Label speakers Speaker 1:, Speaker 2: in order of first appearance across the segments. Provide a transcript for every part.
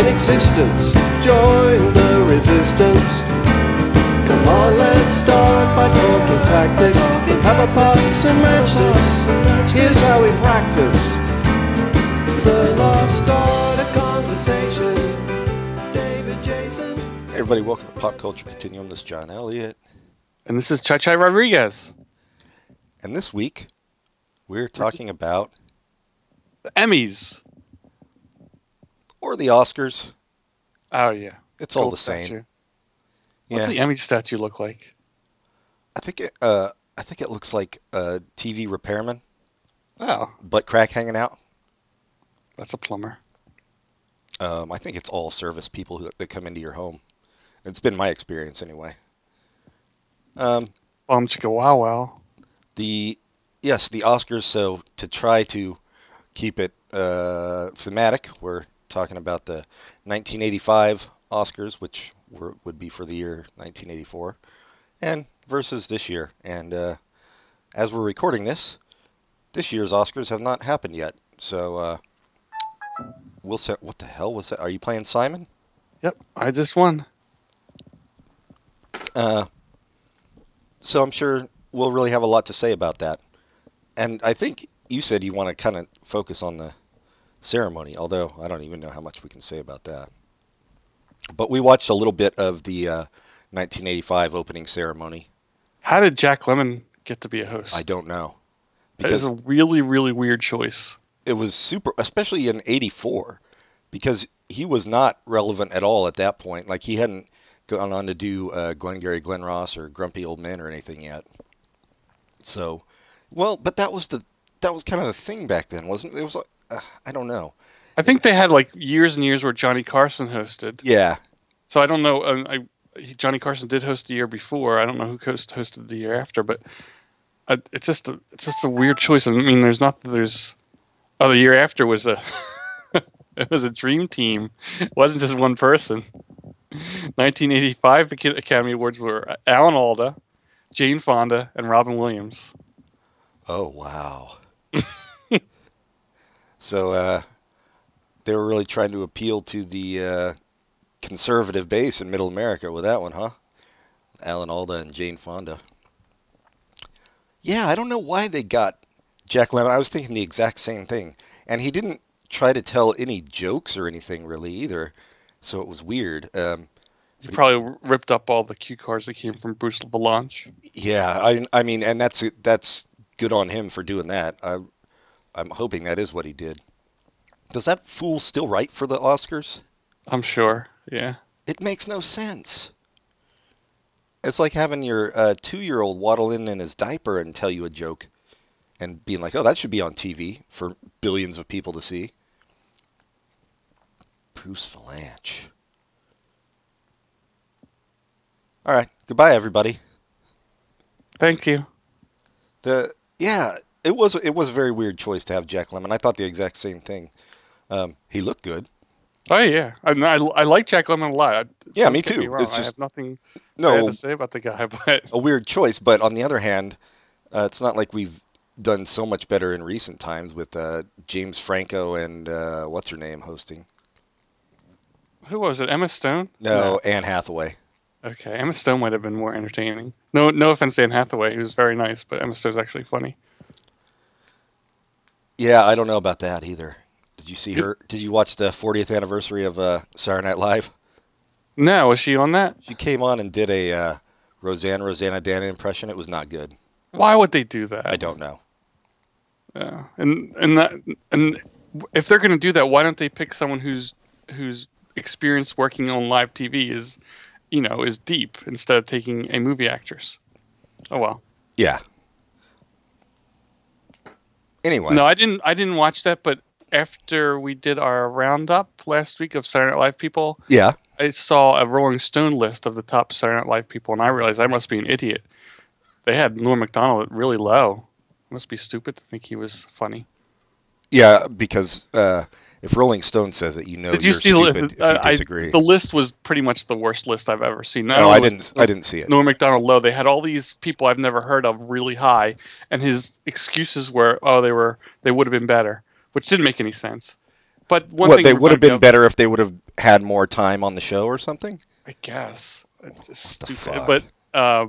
Speaker 1: existence. Join the resistance. Come on, let's start by talking tactics. Have a pass and match us. Here's how we practice. The lost art of conversation. David Jason.
Speaker 2: Hey everybody, welcome to Pop Culture Continuum. This is John Elliott.
Speaker 3: And this is Chai Chai Rodriguez.
Speaker 2: And this week, we're talking about,
Speaker 3: The Emmys.
Speaker 2: or the Oscars.
Speaker 3: Oh yeah.
Speaker 2: It's all
Speaker 3: Gold
Speaker 2: the same.
Speaker 3: statue. What's
Speaker 2: Yeah,
Speaker 3: the Emmy statue look like?
Speaker 2: I think it. Uh, I think it looks like a TV repairman,
Speaker 3: Oh,
Speaker 2: butt crack hanging out.
Speaker 3: that's a plumber.
Speaker 2: Um, I think it's all service people who, that come into your home. It's been my experience anyway. Um,
Speaker 3: Bum chicka wow wow.
Speaker 2: the yes, the Oscars. So to try to keep it uh, thematic, we're talking about the 1985 Oscars, which were, would be for the year 1984, and versus this year. And uh, as we're recording this, this year's Oscars have not happened yet. So uh, we'll say, what the hell was that? Are you playing Simon?
Speaker 3: Yep, I just won.
Speaker 2: Uh, so I'm sure we'll really have a lot to say about that. And I think you said you want to kind of focus on the ceremony, although I don't even know how much we can say about that. But we watched a little bit of the uh, 1985 opening ceremony.
Speaker 3: How did Jack Lemon get to be a host?
Speaker 2: I don't know
Speaker 3: That is
Speaker 2: because
Speaker 3: a really really weird choice.
Speaker 2: it was super, especially in '84, because he was not relevant at all at that point. Like he hadn't gone on to do uh, Glengarry Glen Ross or Grumpy Old Men or anything yet. So, well, but that was the that was kind of the thing back then, wasn't it? It was like uh, I don't know.
Speaker 3: I think they had like years and years where Johnny Carson hosted.
Speaker 2: Yeah,
Speaker 3: So I don't know. Um, I he, Johnny Carson did host the year before. I don't know who host, hosted the year after, but I, it's just a, it's just a weird choice. I mean, there's not that there's. Oh, the year after was a it was a dream team. It wasn't just one person. 1985 Ac- Academy Awards were Alan Alda, Jane Fonda, and Robin Williams.
Speaker 2: Oh wow. so uh, they were really trying to appeal to the uh, conservative base in Middle America with that one, huh? Alan Alda and Jane Fonda. Yeah, I don't know why they got Jack Lemmon. I was thinking the exact same thing, and he didn't try to tell any jokes or anything really either, so it was weird. Um,
Speaker 3: You probably ripped up all the cue cards that came from Bruce Valanche.
Speaker 2: Yeah, I I mean, and that's that's good on him for doing that. I I'm hoping that is what he did. Does that fool still write for the Oscars?
Speaker 3: I'm sure. Yeah.
Speaker 2: It makes no sense. It's like having your uh, two-year-old waddle in in his diaper and tell you a joke, and being like, "Oh, that should be on TV for billions of people to see." Bruce Valanche. All right, goodbye, everybody.
Speaker 3: Thank you.
Speaker 2: The yeah, it was it was a very weird choice to have Jack Lemmon. I thought the exact same thing. Um, he looked good.
Speaker 3: Oh yeah, I I, I like Jack Lemmon a lot.
Speaker 2: Yeah,
Speaker 3: Don't
Speaker 2: me
Speaker 3: get
Speaker 2: too.
Speaker 3: wrong,
Speaker 2: It's
Speaker 3: I
Speaker 2: just-
Speaker 3: have nothing bad
Speaker 2: No,
Speaker 3: to say about the guy, but
Speaker 2: a weird choice, but on the other hand, uh, it's not like we've done so much better in recent times with uh, James Franco and uh, what's her name hosting.
Speaker 3: who was it? Emma Stone?
Speaker 2: No, Anne Hathaway.
Speaker 3: Okay, Emma Stone might have been more entertaining. No, no offense to Anne Hathaway, who's very nice, but Emma Stone's actually funny.
Speaker 2: Yeah, I don't know about that either. Did you see
Speaker 3: Yep.
Speaker 2: her? Did you watch the 40th anniversary of uh, Saturday Night Live?
Speaker 3: No, was she on that?
Speaker 2: She came on and did a uh, Roseanne, Rosanna Dana impression. It was not good.
Speaker 3: Why would they do that?
Speaker 2: I don't know.
Speaker 3: Yeah. And and that and if they're gonna do that, why don't they pick someone who's whose experience working on live TV is, you know, is deep instead of taking a movie actress? Oh well.
Speaker 2: Yeah. Anyway,
Speaker 3: No, I didn't. I didn't watch that. But after we did our roundup last week of Saturday Night Live people,
Speaker 2: yeah,
Speaker 3: I saw a Rolling Stone list of the top Saturday Night Live people, and I realized I must be an idiot. They had Norm Macdonald at really low. Must be stupid to think he was funny.
Speaker 2: yeah, because uh, if Rolling Stone says it, you know
Speaker 3: Did you
Speaker 2: you're
Speaker 3: see the
Speaker 2: stupid
Speaker 3: list?
Speaker 2: if
Speaker 3: Uh,
Speaker 2: you
Speaker 3: I-
Speaker 2: disagree.
Speaker 3: the list was pretty much the worst list I've ever seen. Not
Speaker 2: no,
Speaker 3: only
Speaker 2: I
Speaker 3: was
Speaker 2: didn't. I didn't see it.
Speaker 3: Norm Macdonald low. They had all these people I've never heard of really high, and his excuses were, "Oh, they were they would have been better," which didn't make any sense. But one
Speaker 2: What
Speaker 3: thing
Speaker 2: they
Speaker 3: everybody
Speaker 2: would have been
Speaker 3: knows-
Speaker 2: better if they would have had more time on the show or something.
Speaker 3: I guess. It's just
Speaker 2: the
Speaker 3: stupid.
Speaker 2: fuck?
Speaker 3: But uh,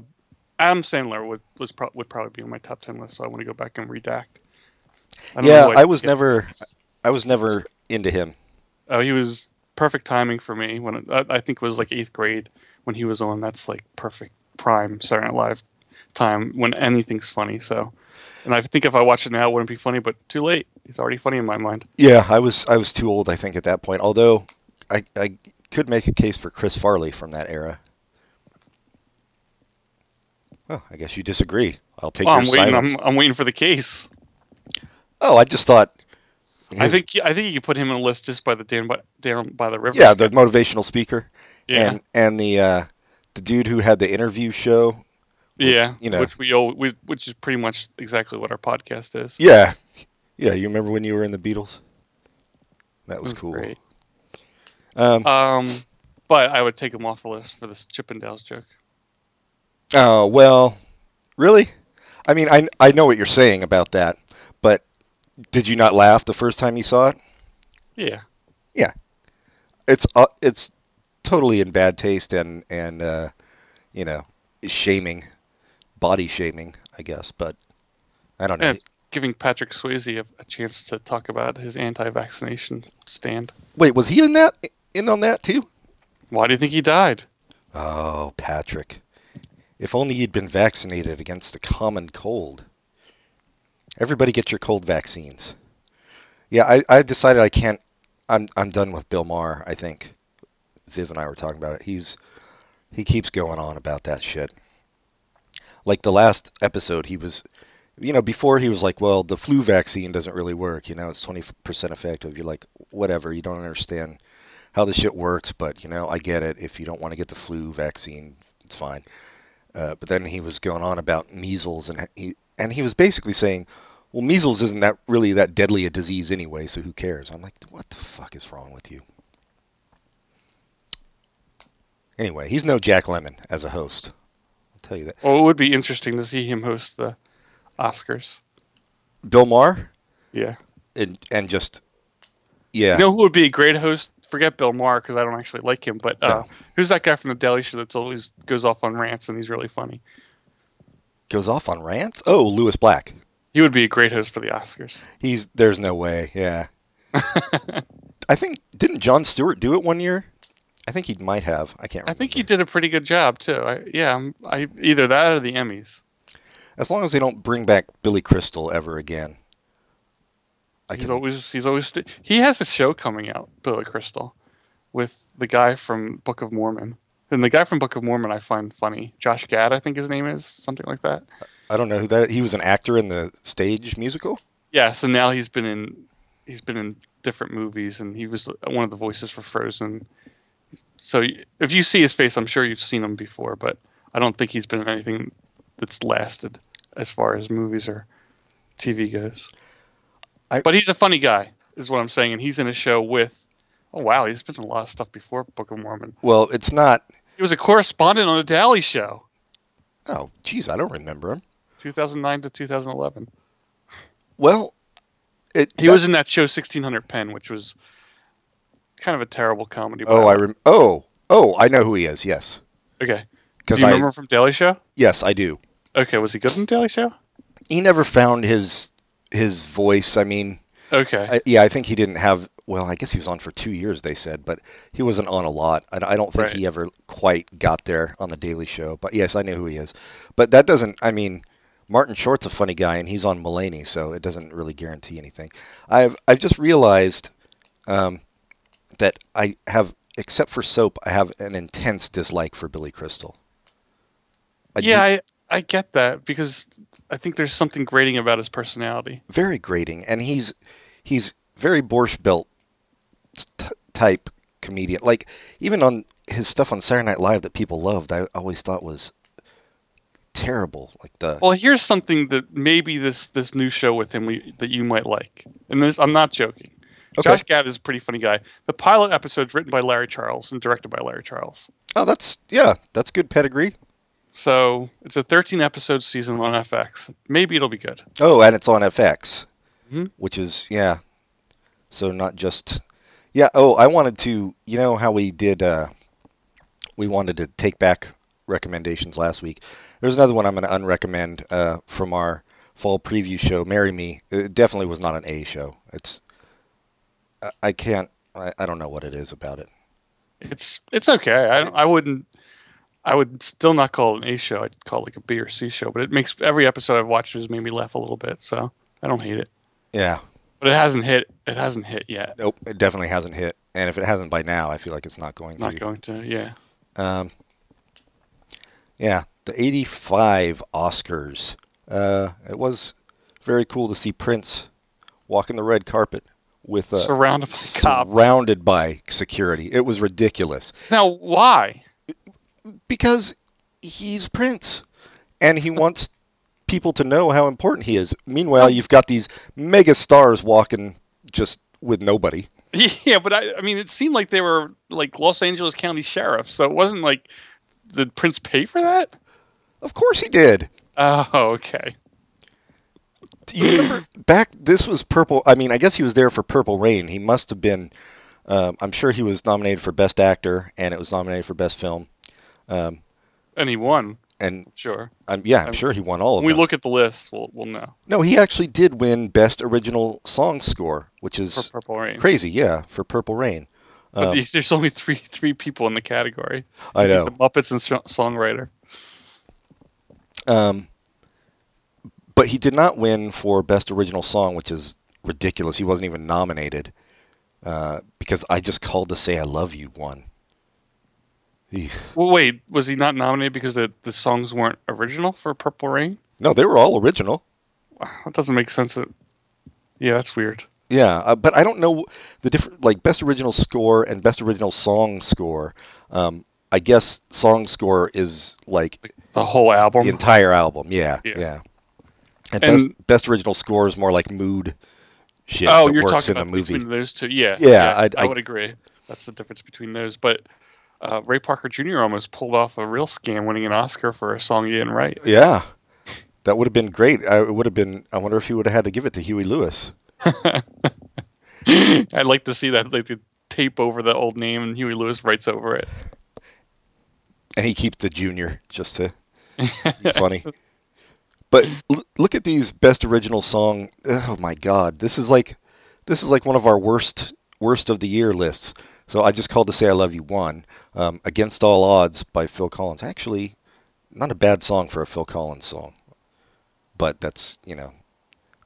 Speaker 3: Adam Sandler would was pro- would probably be on my top ten list, so I want to go back and redact. I don't know
Speaker 2: yeah,
Speaker 3: what-
Speaker 2: I was
Speaker 3: yeah.
Speaker 2: never, I was never into him.
Speaker 3: Oh, he was perfect timing for me when it, I, I think it was like eighth grade when he was on. That's like perfect prime Saturday Night Live time when anything's funny. So, and I think if I watch it now, it wouldn't be funny. But too late. He's already funny in my mind.
Speaker 2: Yeah, I was, I was too old, I think, at that point. Although, I, I could make a case for Chris Farley from that era. Well, I guess you disagree. I'll take
Speaker 3: Well,
Speaker 2: your
Speaker 3: Oh, I'm waiting.
Speaker 2: silence.
Speaker 3: I'm, I'm waiting for the case.
Speaker 2: Oh, I just thought.
Speaker 3: I
Speaker 2: his-
Speaker 3: think I think you could put him on a list just by the Dan by, down by the river.
Speaker 2: Yeah, the motivational speaker
Speaker 3: yeah,
Speaker 2: and and the uh, the dude who had the interview show
Speaker 3: yeah.
Speaker 2: you know.
Speaker 3: which we all we, which is pretty much exactly what our podcast is.
Speaker 2: Yeah. Yeah, you remember when you were in the Beatles? That
Speaker 3: It
Speaker 2: was, cool.
Speaker 3: great.
Speaker 2: Um,
Speaker 3: Um, but I would take him off the list for this Chippendales joke.
Speaker 2: oh, well, really? I mean, I, I know what you're saying about that, but did you not laugh the first time you saw it?
Speaker 3: Yeah,
Speaker 2: It's uh, it's totally in bad taste and and uh, you know, shaming, body shaming, I guess, but I don't know.
Speaker 3: and it's giving Patrick Swayze a, a chance to talk about his anti-vaccination stand.
Speaker 2: Wait, was he in that in on that too?
Speaker 3: Why do you think he died?
Speaker 2: Oh, Patrick. If only you'd been vaccinated against the common cold. Everybody get your cold vaccines. Yeah, I, I decided I can't I'm I'm done with Bill Maher, I think. Viv and I were talking about it. He's he keeps going on about that shit. Like the last episode he was you know, before he was like, well, the flu vaccine doesn't really work, you know, it's 20% effective. You're like, whatever, you don't understand how this shit works, but you know, I get it. If you don't want to get the flu vaccine, it's fine. Uh, but then he was going on about measles, and he and he was basically saying, "Well, measles isn't that really that deadly a disease anyway, so who cares?" I'm like, "What the fuck is wrong with you?" Anyway, he's no Jack Lemon as a host. I'll tell you that.
Speaker 3: Well, it would be interesting to see him host the Oscars.
Speaker 2: Bill Maher
Speaker 3: Yeah,
Speaker 2: and and just yeah,
Speaker 3: you know who would be a great host? Forget Bill Maher because I don't actually like him. But uh,
Speaker 2: No.
Speaker 3: who's that guy from the Daily Show that's always goes off on rants and he's really funny?
Speaker 2: goes off on rants. Oh, Lewis Black.
Speaker 3: He would be a great host for the Oscars.
Speaker 2: He's there's no way. Yeah. I think didn't John Stewart do it one year? I think he might have. I can't. Remember.
Speaker 3: I think he did a pretty good job too. I, yeah, I'm- I either that or the Emmys.
Speaker 2: As long as they don't bring back Billy Crystal ever again. I
Speaker 3: he's
Speaker 2: can.
Speaker 3: always he's always st- he has a show coming out, Billy Crystal, with the guy from Book of Mormon. And the guy from Book of Mormon I find funny. Josh Gad, I think his name is something like that.
Speaker 2: I don't know who that. He was an actor in the stage musical.
Speaker 3: Yeah. So now he's been in he's been in different movies, and he was one of the voices for Frozen. So y- if you see his face, I'm sure you've seen him before, but I don't think he's been in anything that's lasted as far as movies or TV goes.
Speaker 2: I-
Speaker 3: but he's a funny guy, is what I'm saying, and he's in a show with. Oh wow, he's been in a lot of stuff before Book of Mormon.
Speaker 2: Well, it's not.
Speaker 3: He was a correspondent on the Daily Show,
Speaker 2: Oh, geez, I don't remember him.
Speaker 3: 2009 to 2011.
Speaker 2: Well, it.
Speaker 3: He was in that show 1600 Pen, which was kind of a terrible comedy.
Speaker 2: Oh,
Speaker 3: but-
Speaker 2: I rem. Oh, oh, I know who he is. Yes,
Speaker 3: okay. Do
Speaker 2: because
Speaker 3: you
Speaker 2: I.
Speaker 3: remember him from Daily Show?
Speaker 2: Yes, I do.
Speaker 3: Okay, was he good in Daily Show?
Speaker 2: He never found his his voice. I mean,
Speaker 3: Okay,
Speaker 2: I, yeah, I think he didn't have. Well, I guess he was on for two years. They said, but he wasn't on a lot. I, I don't think
Speaker 3: Right.
Speaker 2: he ever quite got there on the Daily Show. But yes, I know who he is. But that doesn't. I mean, Martin Short's a funny guy, and he's on Mulaney, so it doesn't really guarantee anything. I've I've just realized um, that I have, except for soap, I have an intense dislike for Billy Crystal. I do-
Speaker 3: yeah, I, I get that because I think there's something grating about his personality.
Speaker 2: very grating, and he's he's very Borscht Belt t- type comedian. Like even on his stuff on Saturday Night Live that people loved, I always thought was terrible. Like the
Speaker 3: Well, here's something that maybe this this new show with him we, that you might like, and this I'm not joking.
Speaker 2: Okay.
Speaker 3: Josh Gad is a pretty funny guy. The pilot episode's written by Larry Charles and directed by Larry Charles.
Speaker 2: oh, that's yeah, that's good pedigree.
Speaker 3: So it's a 13 episode season on FX. Maybe it'll be good.
Speaker 2: Oh, and it's on FX,
Speaker 3: Mhm.
Speaker 2: which is yeah, so not just Yeah. Oh, I wanted to. You know how we did. Uh, we wanted to take back recommendations last week. There's another one I'm going to unrecommend uh, from our fall preview show. Marry Me. It definitely was not an A show. It's. I, I can't. I, I don't know what it is about it.
Speaker 3: It's it's okay. I don't- I wouldn't. I would still not call it an A show. I'd call it like a B or C show. But it makes every episode I've watched has made me laugh a little bit. So I don't hate it.
Speaker 2: Yeah.
Speaker 3: But it hasn't hit. It hasn't hit yet.
Speaker 2: Nope. It definitely hasn't hit. And if it hasn't by now, I feel like it's not going
Speaker 3: Not
Speaker 2: to.
Speaker 3: going to. Yeah.
Speaker 2: Um, yeah, the 85 Oscars. Uh, it was very cool to see Prince walking the red carpet with uh,
Speaker 3: Surrounded by cops.
Speaker 2: surrounded by security. It was ridiculous
Speaker 3: now why?
Speaker 2: because he's Prince and he wants people to know how important he is. Meanwhile, you've got these mega stars walking just with nobody.
Speaker 3: Yeah, but I, I mean, it seemed like they were like Los Angeles County sheriffs, so it wasn't like did Prince pay for that?
Speaker 2: Of course he did.
Speaker 3: Oh, okay.
Speaker 2: Do you remember back? This was Purple. I mean, I guess he was there for Purple Rain. He must have been. Um, I'm sure he was nominated for Best Actor, and it was nominated for Best Film. Um,
Speaker 3: And he won,
Speaker 2: and
Speaker 3: sure.
Speaker 2: I'm, yeah, I'm
Speaker 3: I'm-
Speaker 2: sure he won all of
Speaker 3: When we
Speaker 2: them.
Speaker 3: look at the list, we'll we'll know
Speaker 2: no, he actually did win Best Original Song Score, which
Speaker 3: for
Speaker 2: is
Speaker 3: Purple Rain.
Speaker 2: crazy. Yeah, for Purple Rain.
Speaker 3: But
Speaker 2: Um,
Speaker 3: these- there's only three three people in the category.
Speaker 2: I know.
Speaker 3: The Muppets and so- songwriter.
Speaker 2: Um, but he did not win for Best Original Song, which is ridiculous. He wasn't even nominated uh, because I just called to say I love you won. Eek.
Speaker 3: Well, wait, was he not nominated because the the songs weren't original for Purple Rain?
Speaker 2: No, they were all original.
Speaker 3: Wow, That doesn't make sense. That, yeah, that's weird.
Speaker 2: Yeah, uh, but I don't know the different like best original score and best original song score. Um, I guess song score is like
Speaker 3: The whole album.
Speaker 2: the entire album. Yeah, yeah.
Speaker 3: Yeah.
Speaker 2: And, best
Speaker 3: And-
Speaker 2: best original score is more like mood shit
Speaker 3: oh,
Speaker 2: that
Speaker 3: you're
Speaker 2: works
Speaker 3: talking
Speaker 2: in the
Speaker 3: about
Speaker 2: movie.
Speaker 3: between those two. Yeah,
Speaker 2: Yeah, I'd-
Speaker 3: I,
Speaker 2: I-
Speaker 3: would agree. That's the difference between those. But uh, Ray Parker Jr. almost pulled off a real scam, winning an Oscar for a song he didn't write.
Speaker 2: Yeah, that would have been great. I it would have been. I wonder if he would have had to give it to Huey Lewis.
Speaker 3: I'd like to see that, like the tape over the old name, and Huey Lewis writes over it.
Speaker 2: and he keeps the junior just to be funny. But l- look at these best original song. Oh my god, this is like this is like one of our worst worst of the year lists. So I just called to say I love you one. Um, Against all odds by Phil Collins. Actually, not a bad song for a Phil Collins song, but that's you know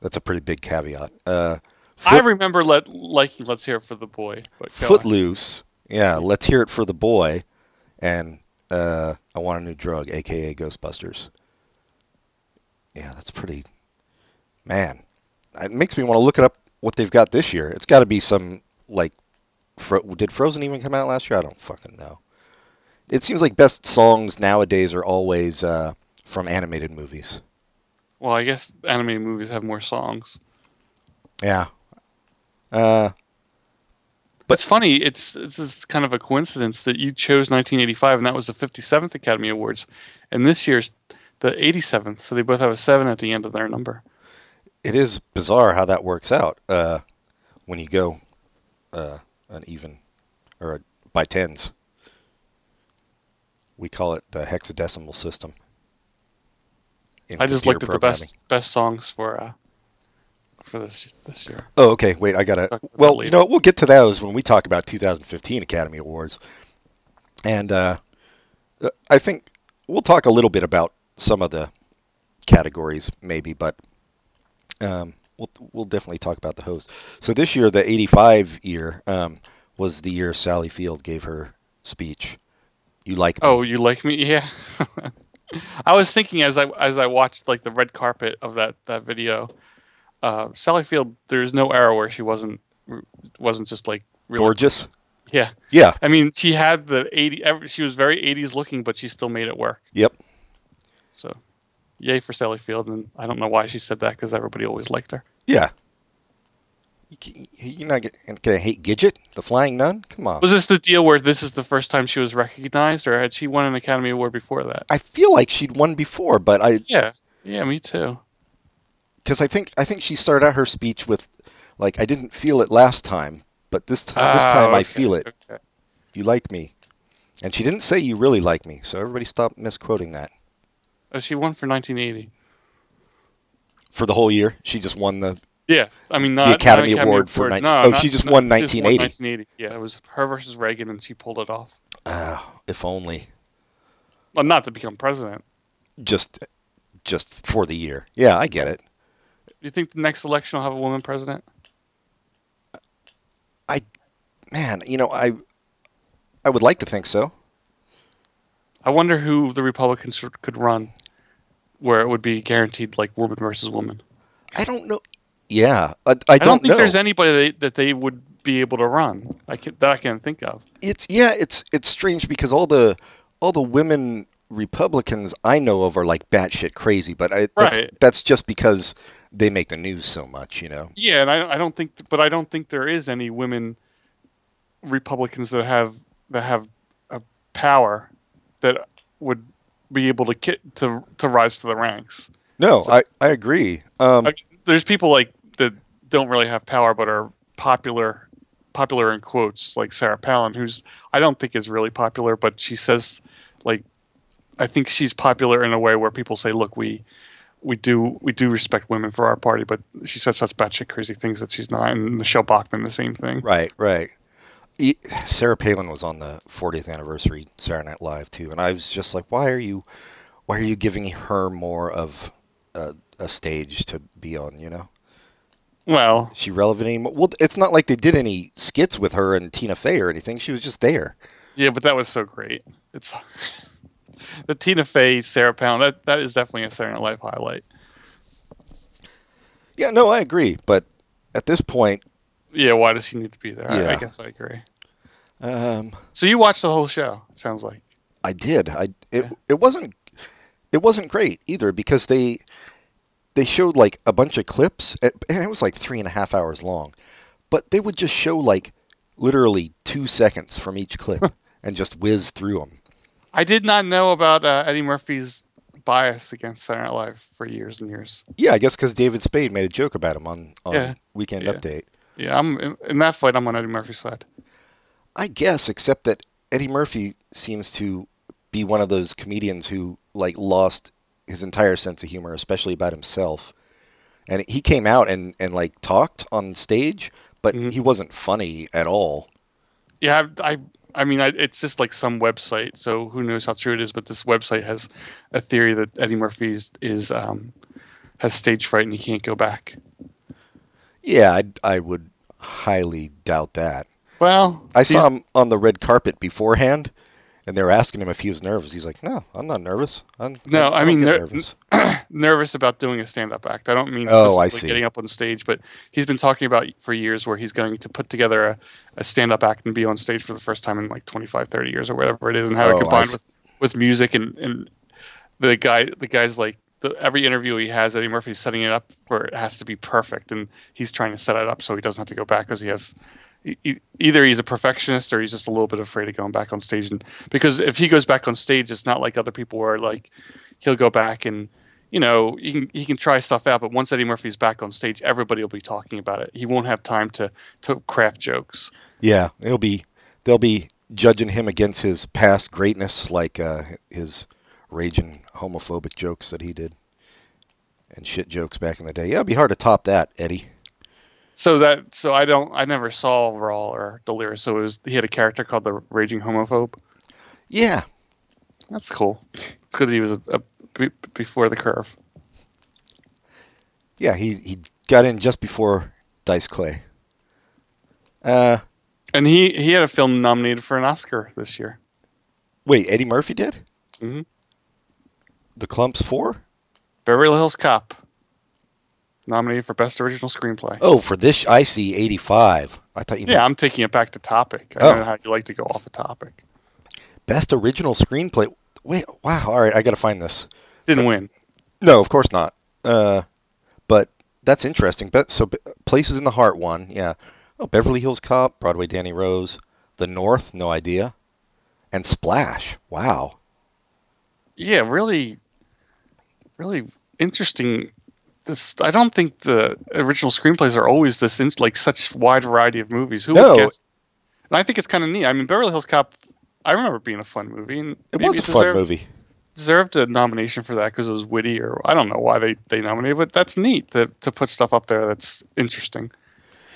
Speaker 2: that's a pretty big caveat. Uh,
Speaker 3: I
Speaker 2: Foot-
Speaker 3: remember let liking "Let's Hear It for the Boy." But go on.
Speaker 2: Footloose. Yeah, let's hear it for the boy, and uh, I want a new drug, aka Ghostbusters. Yeah, that's pretty. Man, it makes me want to look it up what they've got this year. It's got to be some like. Fro- did Frozen even come out last year? I don't fucking know. It seems like best songs nowadays are always uh, from animated movies.
Speaker 3: Well, I guess animated movies have more songs.
Speaker 2: Yeah. Uh,
Speaker 3: But it's funny. It's it's just kind of a coincidence that you chose 1985, and that was the 57th Academy Awards, and this year's the 87th. So they both have a seven at the end of their number.
Speaker 2: it is bizarre how that works out uh, when you go uh, an even or by tens. We call it the hexadecimal system. in
Speaker 3: I just
Speaker 2: computer
Speaker 3: looked at the
Speaker 2: programming.
Speaker 3: best best songs for uh for this this year.
Speaker 2: Oh, okay. Wait, I gotta.
Speaker 3: Talk about
Speaker 2: Well,
Speaker 3: that
Speaker 2: you
Speaker 3: later.
Speaker 2: know, we'll get to those when we talk about 2015 Academy Awards, and uh, I think we'll talk a little bit about some of the categories, maybe, but um, we'll we'll definitely talk about the host. So this year, the '85 year um, was the year Sally Field gave her speech. You like? Me.
Speaker 3: Oh, you like me? Yeah. I was thinking as I as I watched like the red carpet of that that video, uh, Sally Field. There's no era where she wasn't wasn't just like really-
Speaker 2: gorgeous.
Speaker 3: Yeah,
Speaker 2: Yeah.
Speaker 3: I mean she had the 80. ev- She was very 80s looking, but she still made it work.
Speaker 2: Yep.
Speaker 3: So, yay for Sally Field. And I don't know why she said that because everybody always liked her.
Speaker 2: Yeah. You c- You're not gonna gonna hate Gidget, the flying nun? Come on.
Speaker 3: Was this the deal where this is the first time she was recognized, or had she won an Academy Award before that?
Speaker 2: I feel like she'd won before, but I
Speaker 3: Yeah. Yeah, me too.
Speaker 2: because I think I think she started out her speech with like I didn't feel it last time, but this time, this time
Speaker 3: Ah,
Speaker 2: I feel
Speaker 3: okay,
Speaker 2: it.
Speaker 3: okay.
Speaker 2: You like me, and she didn't say you really like me. So everybody stop misquoting that.
Speaker 3: Oh, she won for 1980.
Speaker 2: For the whole year, she just won the.
Speaker 3: Yeah, I mean not
Speaker 2: The
Speaker 3: not
Speaker 2: Academy Award for 19
Speaker 3: no,
Speaker 2: oh,
Speaker 3: not-
Speaker 2: she just
Speaker 3: not-
Speaker 2: won 1980.
Speaker 3: 1980. Yeah, it was her versus Reagan, and she pulled it off.
Speaker 2: Ah, if only
Speaker 3: Well, not to become president.
Speaker 2: just, just for the year. Yeah, I get it.
Speaker 3: You think the next election will have a woman president?
Speaker 2: Man, you know I, I would like to think so.
Speaker 3: I wonder who the Republicans could run, where it would be guaranteed like woman versus woman.
Speaker 2: I don't know. Yeah, I, I
Speaker 3: I don't think
Speaker 2: know.
Speaker 3: there's anybody that, that they would be able to run. I can, that I can think of.
Speaker 2: it's yeah, it's it's strange because all the all the women Republicans I know of are like batshit crazy, but I, that's,
Speaker 3: Right.
Speaker 2: that's just because they make the news so much, you know.
Speaker 3: Yeah, and I, I don't think, but I don't think there is any women Republicans that have that have a power that would be able to ki- to to rise to the ranks.
Speaker 2: No,
Speaker 3: So-
Speaker 2: I I agree. Um,
Speaker 3: I- There's people like that don't really have power but are popular, popular in quotes, like Sarah Palin, who's I don't think is really popular, but she says like I think she's popular in a way where people say, look, we we do we do respect women for our party, but she says such batshit crazy things that she's not. And Michelle Bachman, the same thing.
Speaker 2: right, right. E- Sarah Palin was on the 40th anniversary Saturday Night Live too, and I was just like, why are you, why are you giving her more of a, a stage to be on, you know?
Speaker 3: Well,
Speaker 2: Is she relevant anymore? Well, it's not like they did any skits with her and Tina Fey or anything. She was just there.
Speaker 3: yeah, but that was so great. It's the Tina Fey, Sarah Palin. That that is definitely a Saturday Night Live highlight.
Speaker 2: Yeah, no, I agree. But at this point,
Speaker 3: Yeah, why does he need to be there? I, I
Speaker 2: Yeah.
Speaker 3: guess I agree.
Speaker 2: um,
Speaker 3: So you watched the whole show? it Sounds like.
Speaker 2: I did. I it,
Speaker 3: Yeah.
Speaker 2: it wasn't it wasn't great either because they they showed like a bunch of clips and and it was like three and a half hours long, but they would just show like literally two seconds from each clip and just whiz through them.
Speaker 3: I did not know about uh, Eddie Murphy's bias against Saturday Night Live for years and years.
Speaker 2: Yeah, I guess because David Spade made a joke about him on on
Speaker 3: Yeah.
Speaker 2: Weekend
Speaker 3: Yeah.
Speaker 2: Update.
Speaker 3: Yeah, I'm in, in that fight. I'm on Eddie Murphy's side.
Speaker 2: I guess, except that Eddie Murphy seems to be one of those comedians who like lost his entire sense of humor, especially about himself. And he came out and and like talked on stage, but
Speaker 3: Mhm.
Speaker 2: he wasn't funny at all.
Speaker 3: Yeah, I, I, I mean, I, it's just like some website. So who knows how true it is? But this website has a theory that Eddie Murphy is, is um, has stage fright and he can't go back.
Speaker 2: Yeah, I I would highly doubt that.
Speaker 3: Well,
Speaker 2: I
Speaker 3: he's-
Speaker 2: saw him on the red carpet beforehand, and they were asking him if he was nervous. He's like, "No, I'm not nervous. I'm,
Speaker 3: No, I
Speaker 2: don't
Speaker 3: mean,
Speaker 2: get
Speaker 3: there-
Speaker 2: nervous."
Speaker 3: nervous about doing a stand-up act. I don't mean
Speaker 2: Oh, I
Speaker 3: specifically
Speaker 2: see.
Speaker 3: getting up on stage, but he's been talking about for years where he's going to put together a, a stand-up act and be on stage for the first time in like 25, 30 years or whatever it is, and how
Speaker 2: Oh, I
Speaker 3: it combined
Speaker 2: see.
Speaker 3: with, with music and, and the guy the guy's like the, every interview he has, Eddie Murphy's setting it up where it has to be perfect, and he's trying to set it up so he doesn't have to go back because he has. e- e- Either he's a perfectionist or he's just a little bit afraid of going back on stage. And because if he goes back on stage, it's not like other people where like he'll go back and you know he can he can try stuff out but once eddie murphy's back on stage everybody will be talking about it he won't have time to to craft jokes
Speaker 2: Yeah, it'll be they'll be judging him against his past greatness, like uh, his raging homophobic jokes that he did and shit jokes back in the day. Yeah, it'd be hard to top that, Eddie.
Speaker 3: so that so i don't i never saw raw or delirious so it was he had a character called the raging homophobe
Speaker 2: Yeah,
Speaker 3: that's cool it's good that he was a, a, be- before the curve
Speaker 2: yeah, he he got in just before Dice Clay. Uh,
Speaker 3: and he he had a film nominated for an oscar this year
Speaker 2: wait, Eddie Murphy did
Speaker 3: Mhm.
Speaker 2: the Clumps four?
Speaker 3: beverly hills cop nominated for best original screenplay
Speaker 2: Oh, for this I see eighty five. I thought you meant
Speaker 3: yeah i'm taking it back to topic i
Speaker 2: Oh.
Speaker 3: don't know how you like to go off a topic
Speaker 2: best original screenplay. Wait, wow. All right, I gotta find this.
Speaker 3: didn't win
Speaker 2: No, of course not. Uh, but that's interesting. But so Be- places in the heart one, yeah. Oh, Beverly Hills Cop, Broadway Danny Rose, The North, no idea, and Splash. Wow.
Speaker 3: yeah, really, really interesting this. I don't think the original screenplays are always this in, like such wide variety of movies. Who
Speaker 2: No.
Speaker 3: would guess? And I think it's kind of neat. I mean, Beverly Hills Cop. I remember it being a fun movie. And
Speaker 2: It
Speaker 3: maybe
Speaker 2: was a fun
Speaker 3: deserved-
Speaker 2: movie.
Speaker 3: Deserved a nomination for that because it was witty, or I don't know why they they nominated. But that's neat to to put stuff up there that's interesting.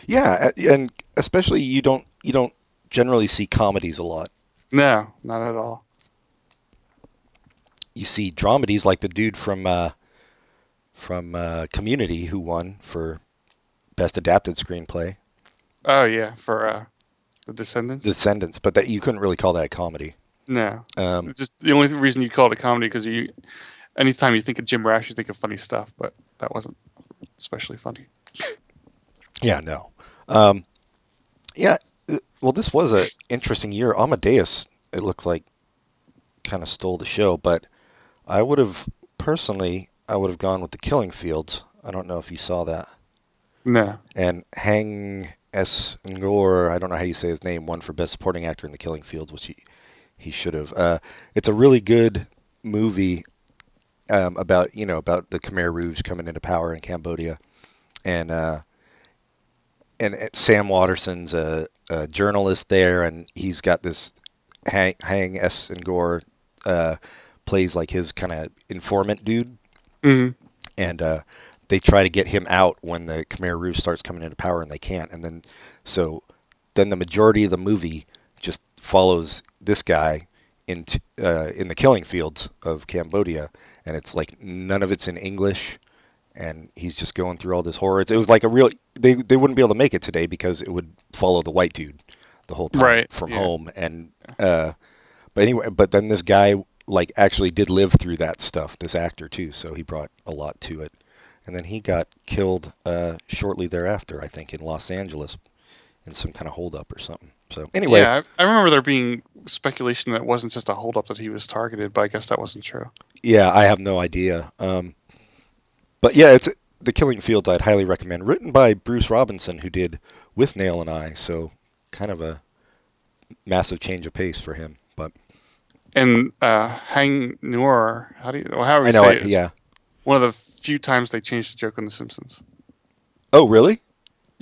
Speaker 2: Yeah, a- and especially you don't you don't generally see comedies a lot.
Speaker 3: No, not at all.
Speaker 2: You see dramedies like the dude from uh, from uh, Community who won for best adapted screenplay,
Speaker 3: Oh yeah, for uh, the Descendants.
Speaker 2: Descendants, but that you couldn't really call that a comedy.
Speaker 3: no,
Speaker 2: Um,
Speaker 3: it's just the only reason you call it a comedy because you, anytime you think of Jim Rash, you think of funny stuff, but that wasn't especially funny.
Speaker 2: yeah, no. Um, yeah, uh, well, this was a interesting year. Amadeus, it looked like, kind of stole the show, but I would have personally, I would have gone with the Killing Fields. I don't know if you saw that.
Speaker 3: No,
Speaker 2: and Hang S. Ngor, I don't know how you say his name, won for Best Supporting Actor in The Killing Fields, which he, he should have. Uh, it's a really good movie um, about you know about the Khmer Rouge coming into power in Cambodia, and uh, and uh, Sam Watterson's a, a journalist there, and he's got this Hang, Hang S. Ngor uh, plays like his kind of informant dude
Speaker 3: mm
Speaker 2: and uh, they try to get him out when the Khmer Rouge starts coming into power, and they can't. And then, so then the majority of the movie just follows this guy in t- uh, in the killing fields of Cambodia, and it's like none of it's in English, and he's just going through all this horror. It's- It was like a real they they wouldn't be able to make it today because it would follow the white dude the whole time
Speaker 3: Right,
Speaker 2: from
Speaker 3: yeah.
Speaker 2: home, and uh, but anyway, but then this guy like actually did live through that stuff. This actor too, so he brought a lot to it. And then he got killed uh, shortly thereafter, I think, in Los Angeles, in some kind of holdup or something. So anyway,
Speaker 3: yeah, I, I remember there being speculation that it wasn't just a holdup that he was targeted, but I guess that wasn't true.
Speaker 2: Yeah, I have no idea. Um, but yeah, it's The Killing Fields. I'd highly recommend. Written by Bruce Robinson, who did With Nail and I, so kind of a massive change of pace for him. But
Speaker 3: And uh, Hang Noor, how do you? Well, how do
Speaker 2: I
Speaker 3: you
Speaker 2: know,
Speaker 3: say
Speaker 2: I,
Speaker 3: it? It's
Speaker 2: yeah.
Speaker 3: One of the few times they changed the joke on The Simpsons.
Speaker 2: Oh, really?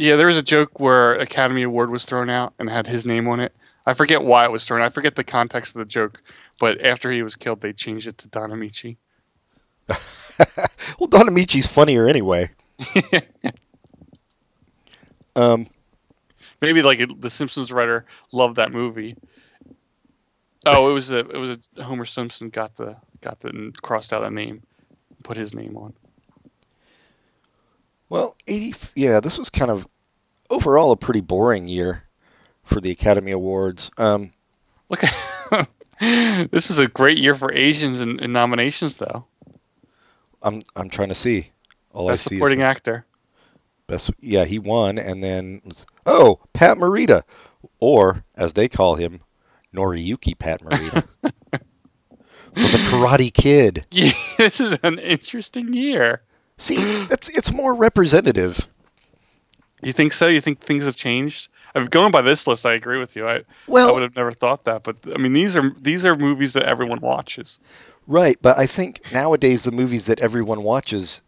Speaker 3: Yeah, there was a joke where Academy Award was thrown out and had his name on it. I forget why it was thrown. I forget the context of the joke, but after he was killed, they changed it to Don Amici.
Speaker 2: well, Don Amici's funnier anyway. Um,
Speaker 3: Maybe like it, the Simpsons writer loved that movie. Oh, it was a it was a Homer Simpson got the got the crossed out a name, put his name on.
Speaker 2: Well, 80, f- yeah, this was kind of overall a pretty boring year for the Academy Awards. Um,
Speaker 3: Look, this was a great year for Asians in, in nominations though.
Speaker 2: I'm I'm trying to see. All
Speaker 3: Best
Speaker 2: Oh, I see
Speaker 3: supporting
Speaker 2: is
Speaker 3: actor.
Speaker 2: best. Yeah, he won, and then oh, Pat Morita, or as they call him, Noriyuki Pat Morita, for the Karate Kid.
Speaker 3: Yeah, this is an interesting year.
Speaker 2: See, that's it's more representative.
Speaker 3: You think so? You think things have changed? I'm going by this list. I agree with you. I, I
Speaker 2: Well,
Speaker 3: would have never thought that, but I mean, these are these are movies that everyone watches.
Speaker 2: Right, but I think nowadays the movies that everyone watches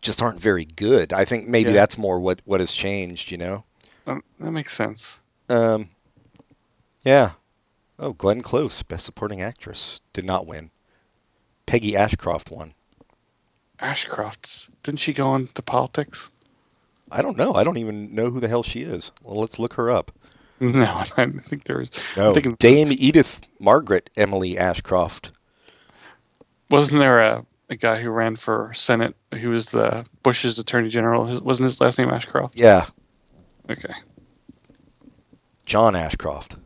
Speaker 2: just aren't very good. I think maybe
Speaker 3: Yeah.
Speaker 2: that's more what what has changed, you know.
Speaker 3: Um, that makes sense.
Speaker 2: Um, yeah. Oh, Glenn Close, Best Supporting Actress, did not win. Peggy Ashcroft won.
Speaker 3: Ashcroft, didn't she go into politics?
Speaker 2: I don't know. I don't even know who the hell she is. Well, let's look her up.
Speaker 3: No, I don't think there was.
Speaker 2: No,
Speaker 3: thinking-
Speaker 2: Dame Edith Margaret Emily Ashcroft.
Speaker 3: Wasn't there a, a guy who ran for Senate who was the Bush's Attorney General? His, wasn't his last name Ashcroft?
Speaker 2: Yeah,
Speaker 3: Okay,
Speaker 2: John Ashcroft.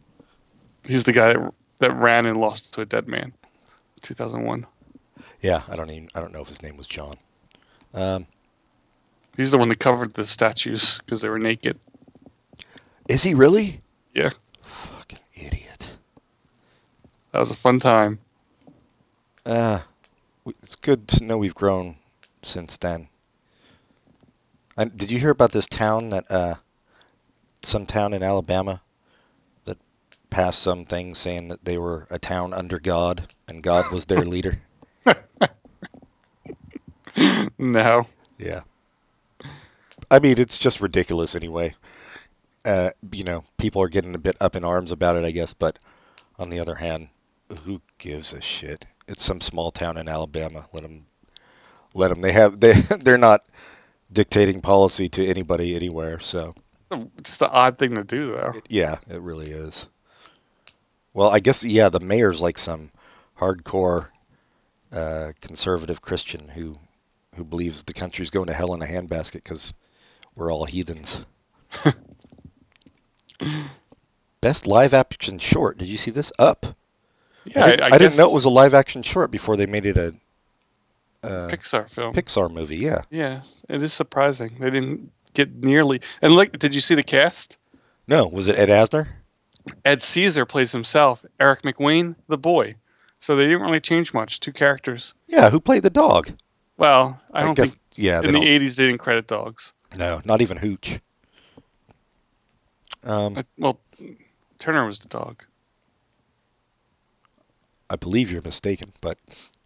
Speaker 3: he's the guy that, that ran and lost to a dead man, 2001.
Speaker 2: Yeah, I don't even. I don't know if his name was John. Um,
Speaker 3: He's the one that covered the statues because they were naked.
Speaker 2: is he really?
Speaker 3: Yeah,
Speaker 2: Fucking idiot.
Speaker 3: that was a fun time.
Speaker 2: Uh, w- it's good to know we've grown since then. And did you hear about this town that, uh, some town in Alabama that passed some thing saying that they were a town under God and God was their leader?
Speaker 3: No,
Speaker 2: Yeah. I mean, it's just ridiculous anyway. Uh, you know, people are getting a bit up in arms about it, I guess, but on the other hand, who gives a shit? It's some small town in Alabama. Let them let them. They have they they're not dictating policy to anybody anywhere, so
Speaker 3: Just an odd thing to do, though.
Speaker 2: yeah, it really is. Well, I guess yeah, the mayor's like some hardcore uh, conservative Christian who who believes the country's going to hell in a handbasket because we're all heathens. Best live action short. Did you see this? Up.
Speaker 3: Yeah,
Speaker 2: I, didn't, I didn't know it was a live action short before they made it a,
Speaker 3: a
Speaker 2: uh
Speaker 3: Pixar film.
Speaker 2: Pixar movie. Yeah.
Speaker 3: yeah, it is surprising they didn't get nearly. And like, did you see the cast?
Speaker 2: No, was it Ed Asner?
Speaker 3: Ed Caesar plays himself. Eric McWayne, the boy. So they didn't really change much. Two characters.
Speaker 2: Yeah, who played the dog?
Speaker 3: Well, I don't
Speaker 2: guess.
Speaker 3: think
Speaker 2: yeah, they
Speaker 3: in the
Speaker 2: don't.
Speaker 3: '80s they didn't credit dogs.
Speaker 2: no, not even Hooch. Um,
Speaker 3: I, well, Turner was the dog.
Speaker 2: I believe you're mistaken, but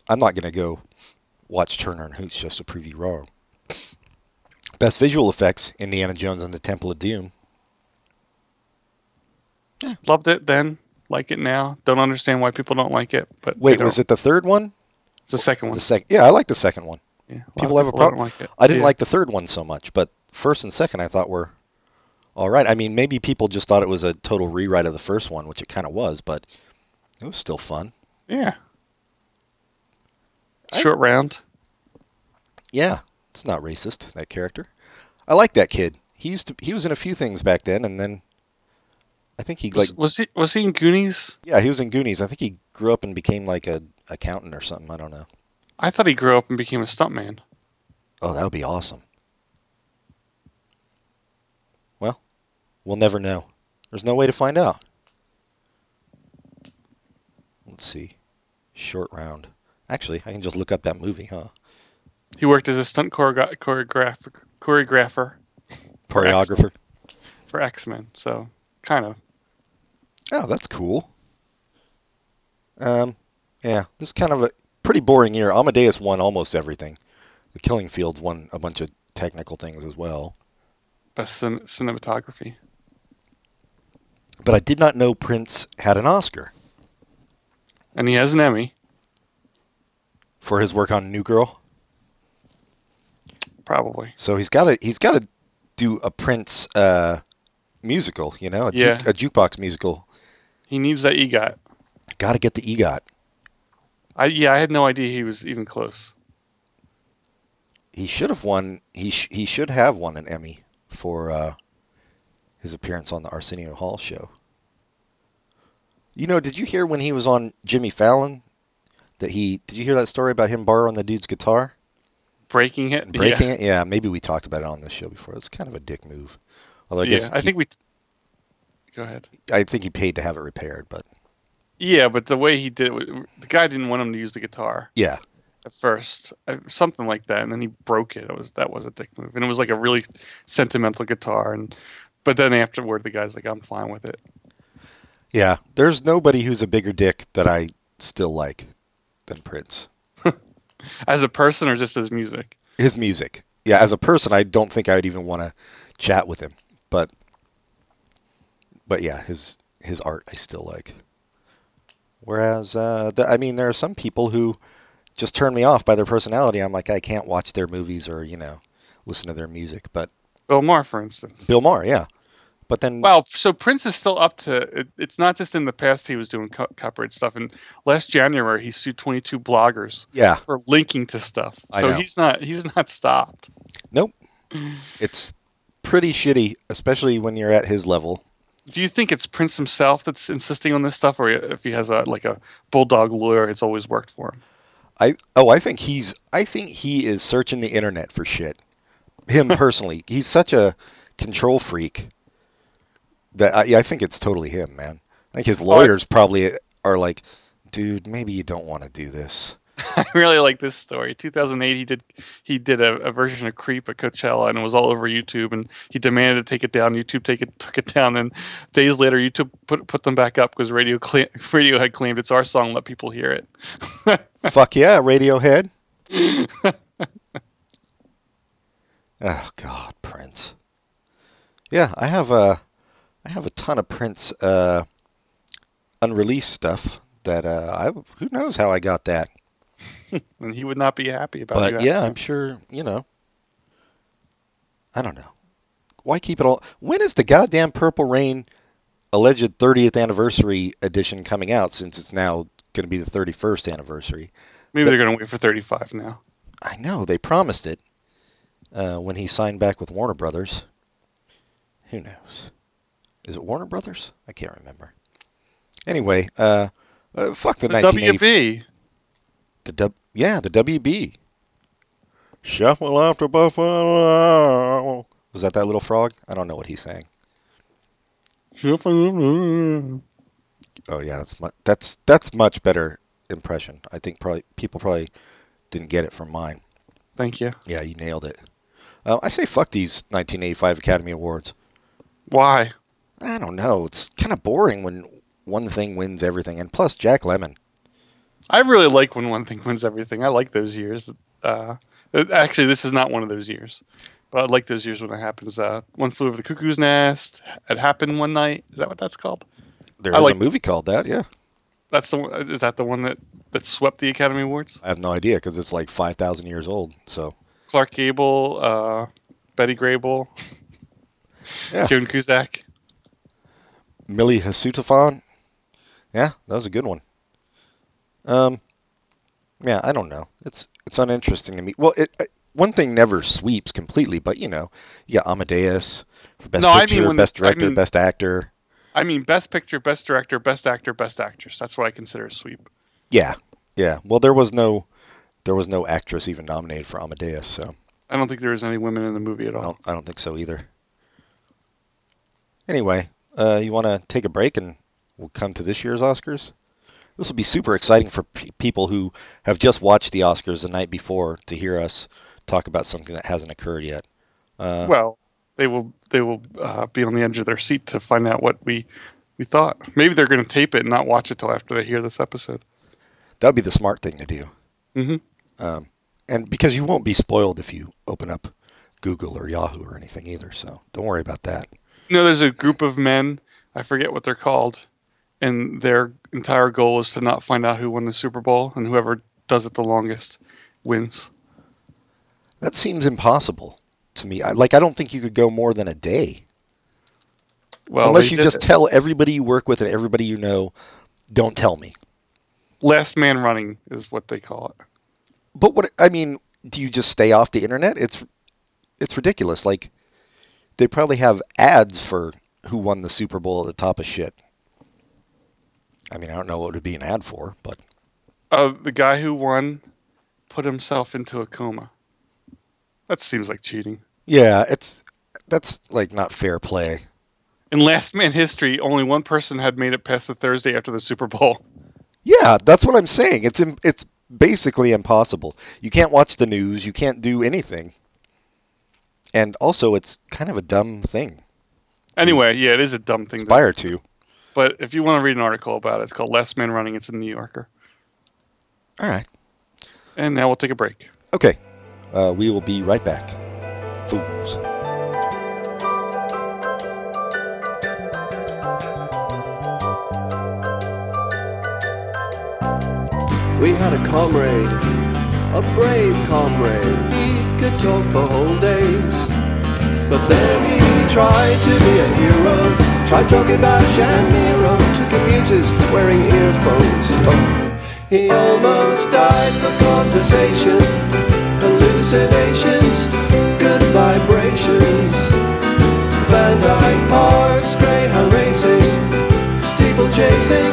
Speaker 2: I'm not going to go watch Turner and Hooch just to prove you wrong. Best visual effects: Indiana Jones and the Temple of Doom.
Speaker 3: Loved it then, like it now. Don't understand why people don't like it. But
Speaker 2: Wait, was it the third one?
Speaker 3: the second one?
Speaker 2: The second? Yeah, I like the second one.
Speaker 3: Yeah, a lot of
Speaker 2: people have a
Speaker 3: don't
Speaker 2: problem-
Speaker 3: Like it.
Speaker 2: I didn't
Speaker 3: Yeah.
Speaker 2: like the third one so much, but first and second I thought were all right. I mean, maybe people just thought it was a total rewrite of the first one, which it kind of was, but it was still fun.
Speaker 3: Yeah.
Speaker 2: I-
Speaker 3: Short round.
Speaker 2: Yeah, it's not racist that character. I like that kid. He used to he was in a few things back then, and then I think he like
Speaker 3: Was, was he was he in Goonies?
Speaker 2: yeah he was in Goonies. I think he grew up and became like a accountant or something. I don't know.
Speaker 3: I thought he grew up and became a stuntman.
Speaker 2: Oh, that would be awesome. Well, we'll never know. There's no way to find out. Let's see. Short round. Actually, I can just look up that movie, huh?
Speaker 3: He worked as a stunt choreo- choreographer choreographer
Speaker 2: Choreographer.
Speaker 3: for X Men. So kind of
Speaker 2: Oh, that's cool. Um, yeah, this is kind of a pretty boring year. Amadeus won almost everything. The Killing Fields won a bunch of technical things as well.
Speaker 3: best cin- cinematography.
Speaker 2: But I did not know Prince had an Oscar
Speaker 3: And he has an Emmy,
Speaker 2: for his work on New Girl.
Speaker 3: probably.
Speaker 2: So he's got to he's got to do a Prince uh, musical, you know, a, ju-
Speaker 3: Yeah.
Speaker 2: a jukebox musical.
Speaker 3: He needs that E EGOT.
Speaker 2: Got to get the E EGOT.
Speaker 3: I yeah, I had no idea he was even close.
Speaker 2: He should have won. He sh- he should have won an Emmy for uh, his appearance on the Arsenio Hall show. You know, did you hear when he was on Jimmy Fallon that he did you hear that story about him borrowing the dude's guitar,
Speaker 3: Breaking it.
Speaker 2: breaking
Speaker 3: yeah.
Speaker 2: it? Yeah, maybe we talked about it on this show before. It's kind of a dick move. Although I
Speaker 3: yeah,
Speaker 2: guess
Speaker 3: I
Speaker 2: he-
Speaker 3: think we. Go ahead.
Speaker 2: I think he paid to have it repaired, but
Speaker 3: Yeah, but the way he did it, w- the guy didn't want him to use the guitar.
Speaker 2: yeah,
Speaker 3: at first, uh, something like that, and then he broke it. It was that was a dick move, and it was like a really sentimental guitar. And but then afterward, the guy's like, "I'm fine with it."
Speaker 2: Yeah, there's nobody who's a bigger dick that I still like than Prince.
Speaker 3: As a person, or just as music?
Speaker 2: His music. Yeah, as a person, I don't think I would even want to chat with him. But but yeah, his his art I still like. Whereas uh the, I mean there are some people who just turn me off by their personality. I'm like I can't watch their movies or, you know, listen to their music, but
Speaker 3: Bill Maher, for instance.
Speaker 2: Bill Maher, yeah. But then
Speaker 3: Wow, so Prince is still up to it. It's not just in the past he was doing co- copyright stuff. And last January, he sued 22 bloggers
Speaker 2: yeah,
Speaker 3: for linking to stuff.
Speaker 2: I
Speaker 3: so
Speaker 2: know.
Speaker 3: he's not he's not stopped.
Speaker 2: it's pretty shitty, especially when you're at his level.
Speaker 3: Do you think it's Prince himself that's insisting on this stuff, or if he has a like a bulldog lawyer, it's always worked for him?
Speaker 2: I oh I think he's I think he is searching the internet for shit. Him personally, he's such a control freak that I, yeah, I think it's totally him, man. I think his lawyers probably are like, dude, maybe you don't want to do this.
Speaker 3: I really like this story. 2008, he did he did a, a version of Creep at Coachella, and it was all over YouTube. And he demanded to take it down. YouTube take it took it down, and days later, YouTube put put them back up because Radio cla Radio had claimed it's our song. Let people hear it.
Speaker 2: Fuck yeah, Radiohead. Oh, Yeah, I have a, I have a ton of Prince uh, unreleased stuff that uh, I who knows how I got that,
Speaker 3: and he would not be happy about
Speaker 2: but
Speaker 3: you.
Speaker 2: yeah, I'm sure you know. I don't know. Why keep it all? When is the goddamn Purple Rain alleged 30th anniversary edition coming out? Since it's now going to be the 31st anniversary.
Speaker 3: Maybe they're going to wait for 35 now.
Speaker 2: I know they promised it uh, when he signed back with Warner Brothers. Who knows? Is it Warner Brothers? I can't remember. Anyway, uh, uh, fuck the,
Speaker 3: The
Speaker 2: 1980
Speaker 3: WB.
Speaker 2: the W yeah the WB. Shuffle after buffalo. Was that that little frog? I don't know what he sang. Oh yeah, that's mu- that's that's much better impression. I think probably people probably didn't get it from mine.
Speaker 3: Thank you.
Speaker 2: Yeah, you nailed it. Uh, I say fuck these 1985 Academy Awards.
Speaker 3: Why?
Speaker 2: I don't know. It's kind of boring when one thing wins everything, and plus Jack Lemon.
Speaker 3: I really like when one thing wins everything. I like those years. Uh, actually, this is not one of those years, but I like those years when it happens. Uh, one flew over the cuckoo's nest. It happened one night. Is that what that's called?
Speaker 2: There
Speaker 3: I
Speaker 2: is
Speaker 3: like-
Speaker 2: a movie called that. Yeah,
Speaker 3: That's the one, is that the one that that swept the Academy Awards?
Speaker 2: I have no idea because it's like 5,000 years old. So
Speaker 3: Clark Gable, uh, Betty Grable,
Speaker 2: Yeah.
Speaker 3: Joan Cusack.
Speaker 2: Millie Hasutafon. Yeah, that was a good one. Um, yeah, I don't know. It's it's uninteresting to me. Well, it, it one thing never sweeps completely, but you know, you got Amadeus for best
Speaker 3: No, I mean
Speaker 2: picture,
Speaker 3: when-
Speaker 2: best
Speaker 3: I
Speaker 2: director,
Speaker 3: mean-
Speaker 2: best actor.
Speaker 3: I mean, best picture, best director, best actor, best actress. That's what I consider a sweep.
Speaker 2: Yeah, yeah. Well, there was no there was no actress even nominated for Amadeus, so
Speaker 3: I don't think there was any women in the movie at
Speaker 2: I
Speaker 3: all.
Speaker 2: don't I don't think so either. Anyway, uh, you want to take a break and we'll come to this year's Oscars. This will be super exciting for pe people who have just watched the Oscars the night before to hear us talk about something that hasn't occurred yet. Uh,
Speaker 3: Well, they will they will uh, be on the edge of their seat to find out what we we thought. Maybe they're going to tape it and not watch it till after they hear this episode.
Speaker 2: that would be the smart thing to do.
Speaker 3: hmm
Speaker 2: Um, and because you won't be spoiled if you open up Google or Yahoo or anything either, so don't worry about that.
Speaker 3: You know, there's a group of men. I forget what they're called, and their entire goal is to not find out who won the Super Bowl, and whoever does it the longest wins.
Speaker 2: That seems impossible to me. I, like I don't think you could go more than a day
Speaker 3: Well,
Speaker 2: unless
Speaker 3: they
Speaker 2: you
Speaker 3: did
Speaker 2: just
Speaker 3: it.
Speaker 2: tell everybody you work with and everybody you know, don't tell me.
Speaker 3: last man running is what they call it.
Speaker 2: But what I mean, do you just stay off the internet? It's it's ridiculous. Like they probably have ads for who won the Super Bowl at the top of shit. I mean, I don't know what it would be an ad for, but
Speaker 3: Uh, the guy who won put himself into a coma. That seems like cheating.
Speaker 2: yeah, it's that's like not fair play.
Speaker 3: In last man history, only one person had made it past the Thursday after the Super Bowl.
Speaker 2: Yeah, that's what I'm saying. It's im- it's basically impossible. You can't watch the news. You can't do anything. And also, it's kind of a dumb thing.
Speaker 3: Anyway, yeah, it is a dumb thing. To,
Speaker 2: Aspire to.
Speaker 3: but if you want to read an article about it, it's called Last Man Running. It's in the New Yorker.
Speaker 2: All right.
Speaker 3: And now we'll take a break.
Speaker 2: Okay. Uh, we will be right back. Fools.
Speaker 1: We had a comrade, a brave comrade. He could talk for whole days. But then he tried to be a hero. Tried talking about Shamiro to commuters wearing earphones. He almost died for conversation. Hallucinations, good vibrations. Van Dyke Parks, greyhound racing, steeple chasing.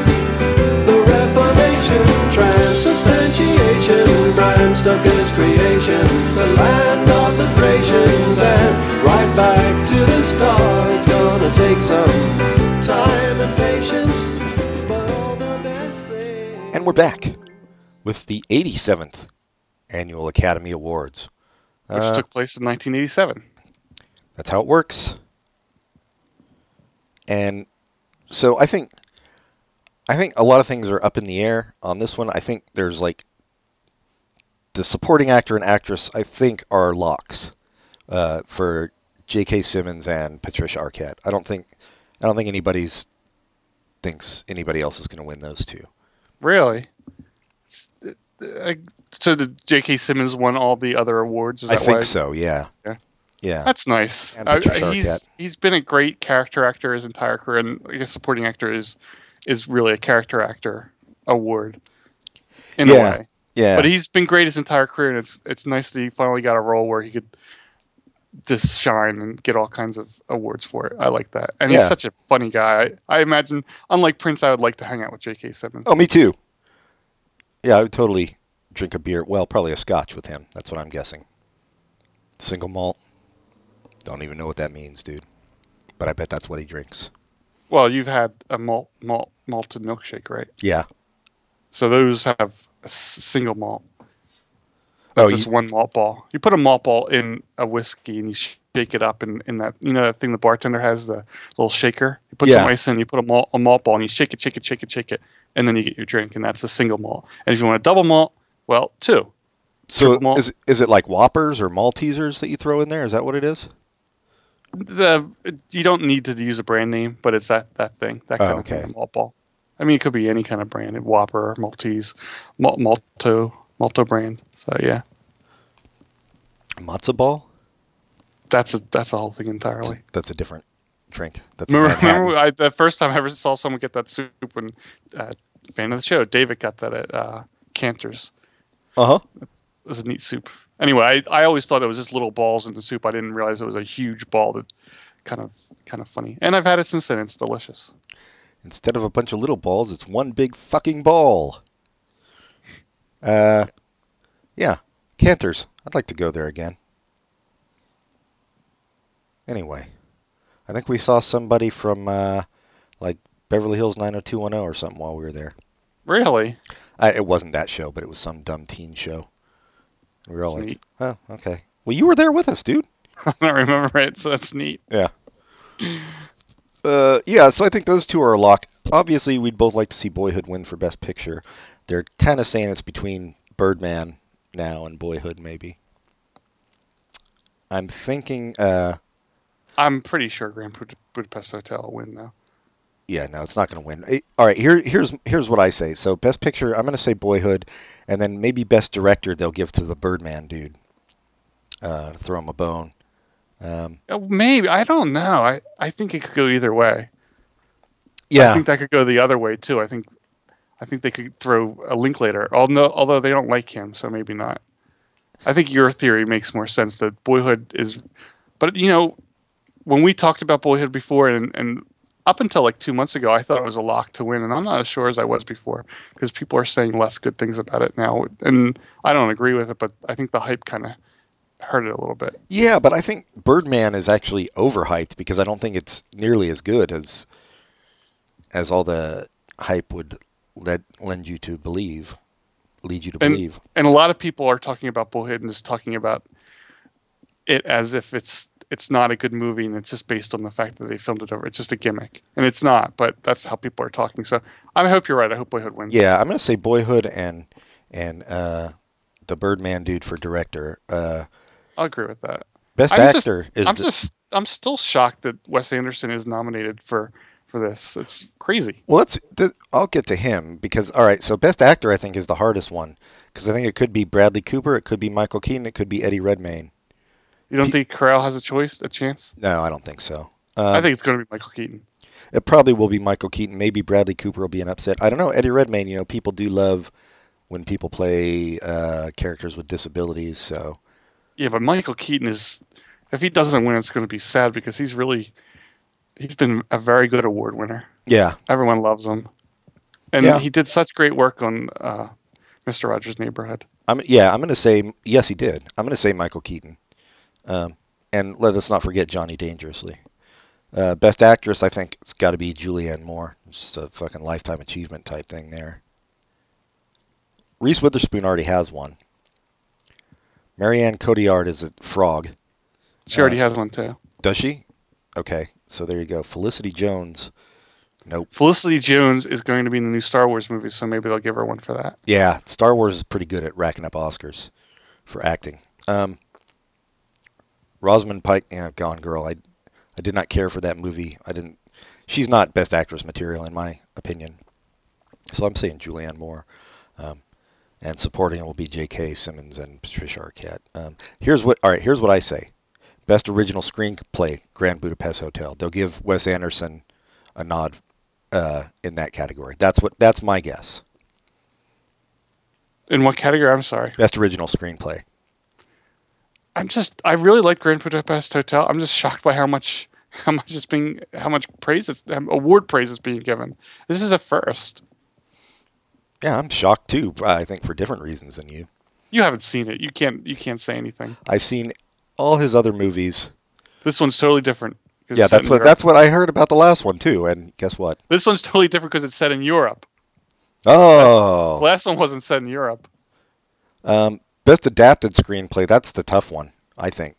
Speaker 1: The Reformation, transubstantiation, Bram Stoker's creation, the land of the Thracians, and right back to the start. It's gonna take some time and patience, but all the best things.
Speaker 2: And we're back with the 87th Annual Academy Awards.
Speaker 3: Which
Speaker 2: Uh,
Speaker 3: took place in 1987.
Speaker 2: That's how it works. And so I think I think a lot of things are up in the air on this one. I think there's like the supporting actor and actress I think are locks uh, for J.K. Simmons and Patricia Arquette. I don't think I don't think anybody's thinks anybody else is going to win those two.
Speaker 3: Really? S- I- So the J.K. Simmons won all the other awards. Is
Speaker 2: I
Speaker 3: that
Speaker 2: think
Speaker 3: why?
Speaker 2: so. Yeah.
Speaker 3: Yeah.
Speaker 2: Yeah.
Speaker 3: That's nice.
Speaker 2: And
Speaker 3: I- I-
Speaker 2: Patricia Arquette.
Speaker 3: he's he's been a great character actor his entire career, and I guess supporting actor is is really a character actor award in
Speaker 2: Yeah.
Speaker 3: a way.
Speaker 2: yeah.
Speaker 3: But he's been great his entire career, and it's it's nice that he finally got a role where he could just shine and get all kinds of awards for it. I like that, and
Speaker 2: Yeah.
Speaker 3: he's such a funny guy. I, I imagine, unlike Prince, I would like to hang out with J.K. Simmons.
Speaker 2: oh, me too. Yeah, I would totally drink a beer. Well, probably a scotch with him. That's what I'm guessing. Single malt. Don't even know what that means, dude. But I bet that's what he drinks.
Speaker 3: Well, you've had a malt malt malted milkshake, right?
Speaker 2: Yeah.
Speaker 3: So those have a s- single malt.
Speaker 2: Oh,
Speaker 3: That's just
Speaker 2: you-
Speaker 3: one malt ball. You put a malt ball in a whiskey and you shake it up in, in that you know that thing the bartender has the little shaker. You put
Speaker 2: Yeah.
Speaker 3: some ice in, you put a malt a malt ball and you shake it, shake it, shake it, shake it, and then you get your drink and that's a single malt. And if you want a double malt, well, two.
Speaker 2: So
Speaker 3: Triple malt.
Speaker 2: is is it like Whoppers or Maltesers that you throw in there? Is that what it is?
Speaker 3: The you don't need to use a brand name, but it's that that thing that
Speaker 2: Oh,
Speaker 3: kind of
Speaker 2: okay.
Speaker 3: thing, a malt ball. I mean, it could be any kind of brand, Whopper, Maltese, Mal- Malto, Malto brand. So yeah,
Speaker 2: Matzo ball?
Speaker 3: that's a that's a whole thing
Speaker 2: That's,
Speaker 3: entirely.
Speaker 2: that's a different drink. That's a
Speaker 3: Remember,
Speaker 2: Manhattan.
Speaker 3: remember I, the first time I ever saw someone get that soup when uh, fan of the show David got that at uh, Cantor's.
Speaker 2: uh-huh.
Speaker 3: It was a neat soup. Anyway, I, I always thought it was just little balls in the soup. I didn't realize it was a huge ball. That kind of kind of funny. And I've had it since then. It's delicious.
Speaker 2: Instead of a bunch of little balls, it's one big fucking ball. Uh, yeah, Cantors. I'd like to go there again. Anyway, I think we saw somebody from uh, like Beverly Hills 90210 or something while we were there.
Speaker 3: Really?
Speaker 2: I, it wasn't that show, but it was some dumb teen show. We were all
Speaker 3: That's
Speaker 2: like,
Speaker 3: neat.
Speaker 2: "Oh, okay." Well, you were there with us, dude.
Speaker 3: I don't remember it, so that's neat.
Speaker 2: Yeah. Uh, yeah, so I think those two are a lock. Obviously, we'd both like to see Boyhood win for Best Picture. They're kind of saying it's between Birdman now and Boyhood, maybe. I'm thinking, uh,
Speaker 3: I'm pretty sure Grand Bud- Budapest Hotel will win though.
Speaker 2: yeah, no, it's not going to win. Eh, all right, here, here's here's what I say. So Best Picture, I'm going to say Boyhood, and then maybe Best Director they'll give to the Birdman dude. Uh, to throw him a bone. Um,
Speaker 3: Oh, Maybe I don't know. I, I think it could go either way. I
Speaker 2: yeah,
Speaker 3: think that could go the other way too. I think I think they could throw a link later. Although although they don't like him, so maybe not. I think your theory makes more sense that Boyhood is but you know, when we talked about Boyhood before and and up until like 2 months ago, I thought it was a lock to win and I'm not as sure as I was before because people are saying less good things about it now and I don't agree with it, but I think the hype kind of hurt it a little bit.
Speaker 2: Yeah, but I think Birdman is actually overhyped because I don't think it's nearly as good as as all the hype would led, lend you to believe, lead you to
Speaker 3: And-
Speaker 2: believe.
Speaker 3: and a lot of people are talking about Bullhead and just talking about it as if it's it's not a good movie and it's just based on the fact that they filmed it over. It's just a gimmick, and it's not. But that's how people are talking. So I hope you're right. I hope Bullhead wins.
Speaker 2: Yeah, I'm gonna say Boyhood and and uh, the Birdman dude for director. Uh,
Speaker 3: I agree with that.
Speaker 2: best
Speaker 3: I'm just-
Speaker 2: actor is
Speaker 3: I'm
Speaker 2: the-
Speaker 3: just I'm still shocked that Wes Anderson is nominated for for this. It's crazy.
Speaker 2: Well, let's. Th- I'll get to him because all right. So, best actor, I think, is the hardest one because I think it could be Bradley Cooper, it could be Michael Keaton, it could be Eddie Redmayne.
Speaker 3: You don't
Speaker 2: Pe-
Speaker 3: think Corral has a choice, a chance?
Speaker 2: No, I don't think so.
Speaker 3: I
Speaker 2: Um,
Speaker 3: think it's going to be Michael Keaton.
Speaker 2: It probably will be Michael Keaton. Maybe Bradley Cooper will be an upset. I don't know. Eddie Redmayne, you know, people do love when people play uh, characters with disabilities. So
Speaker 3: Yeah, but Michael Keaton is if he doesn't win, it's going to be sad because he's really he's been a very good award winner.
Speaker 2: yeah,
Speaker 3: Everyone loves him, and
Speaker 2: Yeah.
Speaker 3: he did such great work on uh, Mister Rogers' Neighborhood.
Speaker 2: I'm yeah. I'm gonna say yes. He did. I'm gonna say Michael Keaton. Um, and let us not forget Johnny Dangerously. Uh, best actress, I think it's got to be Julianne Moore. Just a fucking lifetime achievement type thing there. Reese Witherspoon already has one. Marianne Cotillard is a frog.
Speaker 3: She already has one too.
Speaker 2: Does she? Okay, so there you go. Felicity Jones. Nope.
Speaker 3: Felicity Jones is going to be in the new Star Wars movie, so maybe they'll give her one for that.
Speaker 2: Yeah, Star Wars is pretty good at racking up Oscars for acting. Um, Rosamund Pike, yeah, Gone Girl. I, I did not care for that movie. I didn't. She's not Best Actress material in my opinion. So I'm saying Julianne Moore, um, and supporting will be J.K. Simmons and Patricia Arquette. Um, here's what. All right. Here's what I say. Best original screenplay: Grand Budapest Hotel. They'll give Wes Anderson a nod uh, in that category. That's what. That's my guess.
Speaker 3: In what category? I'm sorry.
Speaker 2: Best original screenplay.
Speaker 3: I'm just I really like Grand Budapest Hotel. I'm just shocked by how much how much is being how much praise is um, award praise is being given. This is a first.
Speaker 2: Yeah, I'm shocked too. uh, I think for different reasons than you.
Speaker 3: You haven't seen it. You can't you can't say anything.
Speaker 2: I've seen all his other movies.
Speaker 3: This one's totally different. 'cause
Speaker 2: Yeah,
Speaker 3: it's set
Speaker 2: that's
Speaker 3: in
Speaker 2: what
Speaker 3: Europe.
Speaker 2: that's what I heard about the last one too. And guess what?
Speaker 3: This one's totally different because it's set in Europe. The
Speaker 2: Oh,
Speaker 3: last one wasn't set in Europe.
Speaker 2: um, best adapted screenplay. That's the tough one, I think,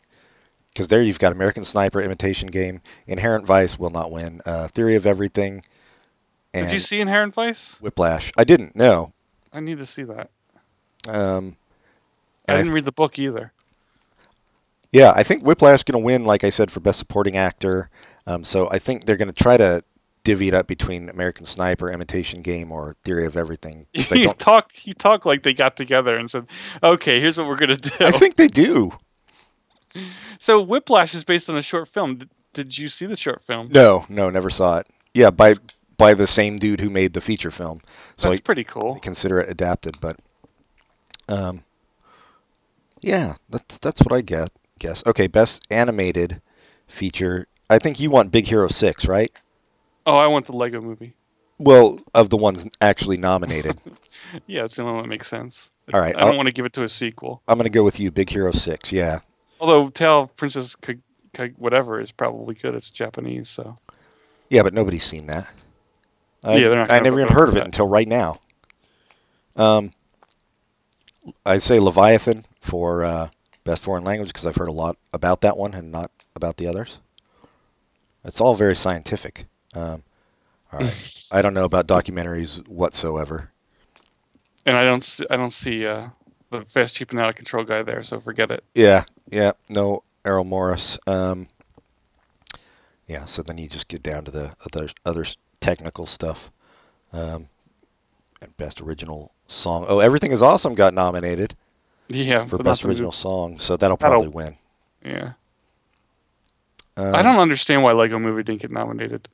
Speaker 2: because there you've got American Sniper, Imitation Game, Inherent Vice will not win, uh, Theory of Everything, and
Speaker 3: Did you see Inherent Vice?
Speaker 2: Whiplash. I didn't know.
Speaker 3: I need to see that.
Speaker 2: Um,
Speaker 3: I
Speaker 2: And I-
Speaker 3: didn't read the book either.
Speaker 2: Yeah, I think Whiplash going to win, like I said, for Best Supporting Actor. Um, so I think they're going to try to divvy it up between American Sniper, Imitation Game, or Theory of Everything. 'cause I,
Speaker 3: You
Speaker 2: don't-
Speaker 3: talk you talk like they got together and said, "Okay, here's what we're gonna do."
Speaker 2: I think they do.
Speaker 3: so Whiplash is based on a short film. Did, did you see the short film?
Speaker 2: No, no, never saw it. Yeah, by by the same dude who made the feature film. So I
Speaker 3: That's pretty cool.
Speaker 2: consider it adapted, but um, yeah, that's that's what I get. Guess okay. Best animated feature. I think you want Big Hero Six, right?
Speaker 3: Oh, I want the Lego movie.
Speaker 2: Well, of the ones actually nominated.
Speaker 3: Yeah, it's the only one that makes sense.
Speaker 2: All right,
Speaker 3: I don't
Speaker 2: I'll-
Speaker 3: want to give it to a sequel.
Speaker 2: I'm gonna go with you, Big Hero Six. Yeah,
Speaker 3: Although Tale of Princess Ka- Ka- whatever is probably good. It's Japanese, so
Speaker 2: yeah, but nobody's seen that. I,
Speaker 3: Yeah, they're not
Speaker 2: I
Speaker 3: gonna
Speaker 2: never even
Speaker 3: vote
Speaker 2: heard of
Speaker 3: for
Speaker 2: it
Speaker 3: that.
Speaker 2: until right now. Um, I'd say Leviathan for uh, best foreign language because I've heard a lot about that one and not about the others. It's all very scientific. Um, all right, I don't know about documentaries whatsoever.
Speaker 3: and I don't see, I don't see uh, the fast, cheap, and out of control guy there. So forget it.
Speaker 2: Yeah, yeah, no Errol Morris. Um, yeah, so then you just get down to the other other s- technical stuff. Um, and best original song. Oh, everything is awesome got nominated
Speaker 3: Yeah,
Speaker 2: for
Speaker 3: but
Speaker 2: best
Speaker 3: nothing to-
Speaker 2: original song, so that'll
Speaker 3: That'll-
Speaker 2: probably win.
Speaker 3: Yeah,
Speaker 2: Um,
Speaker 3: I don't understand why Lego Movie didn't get nominated.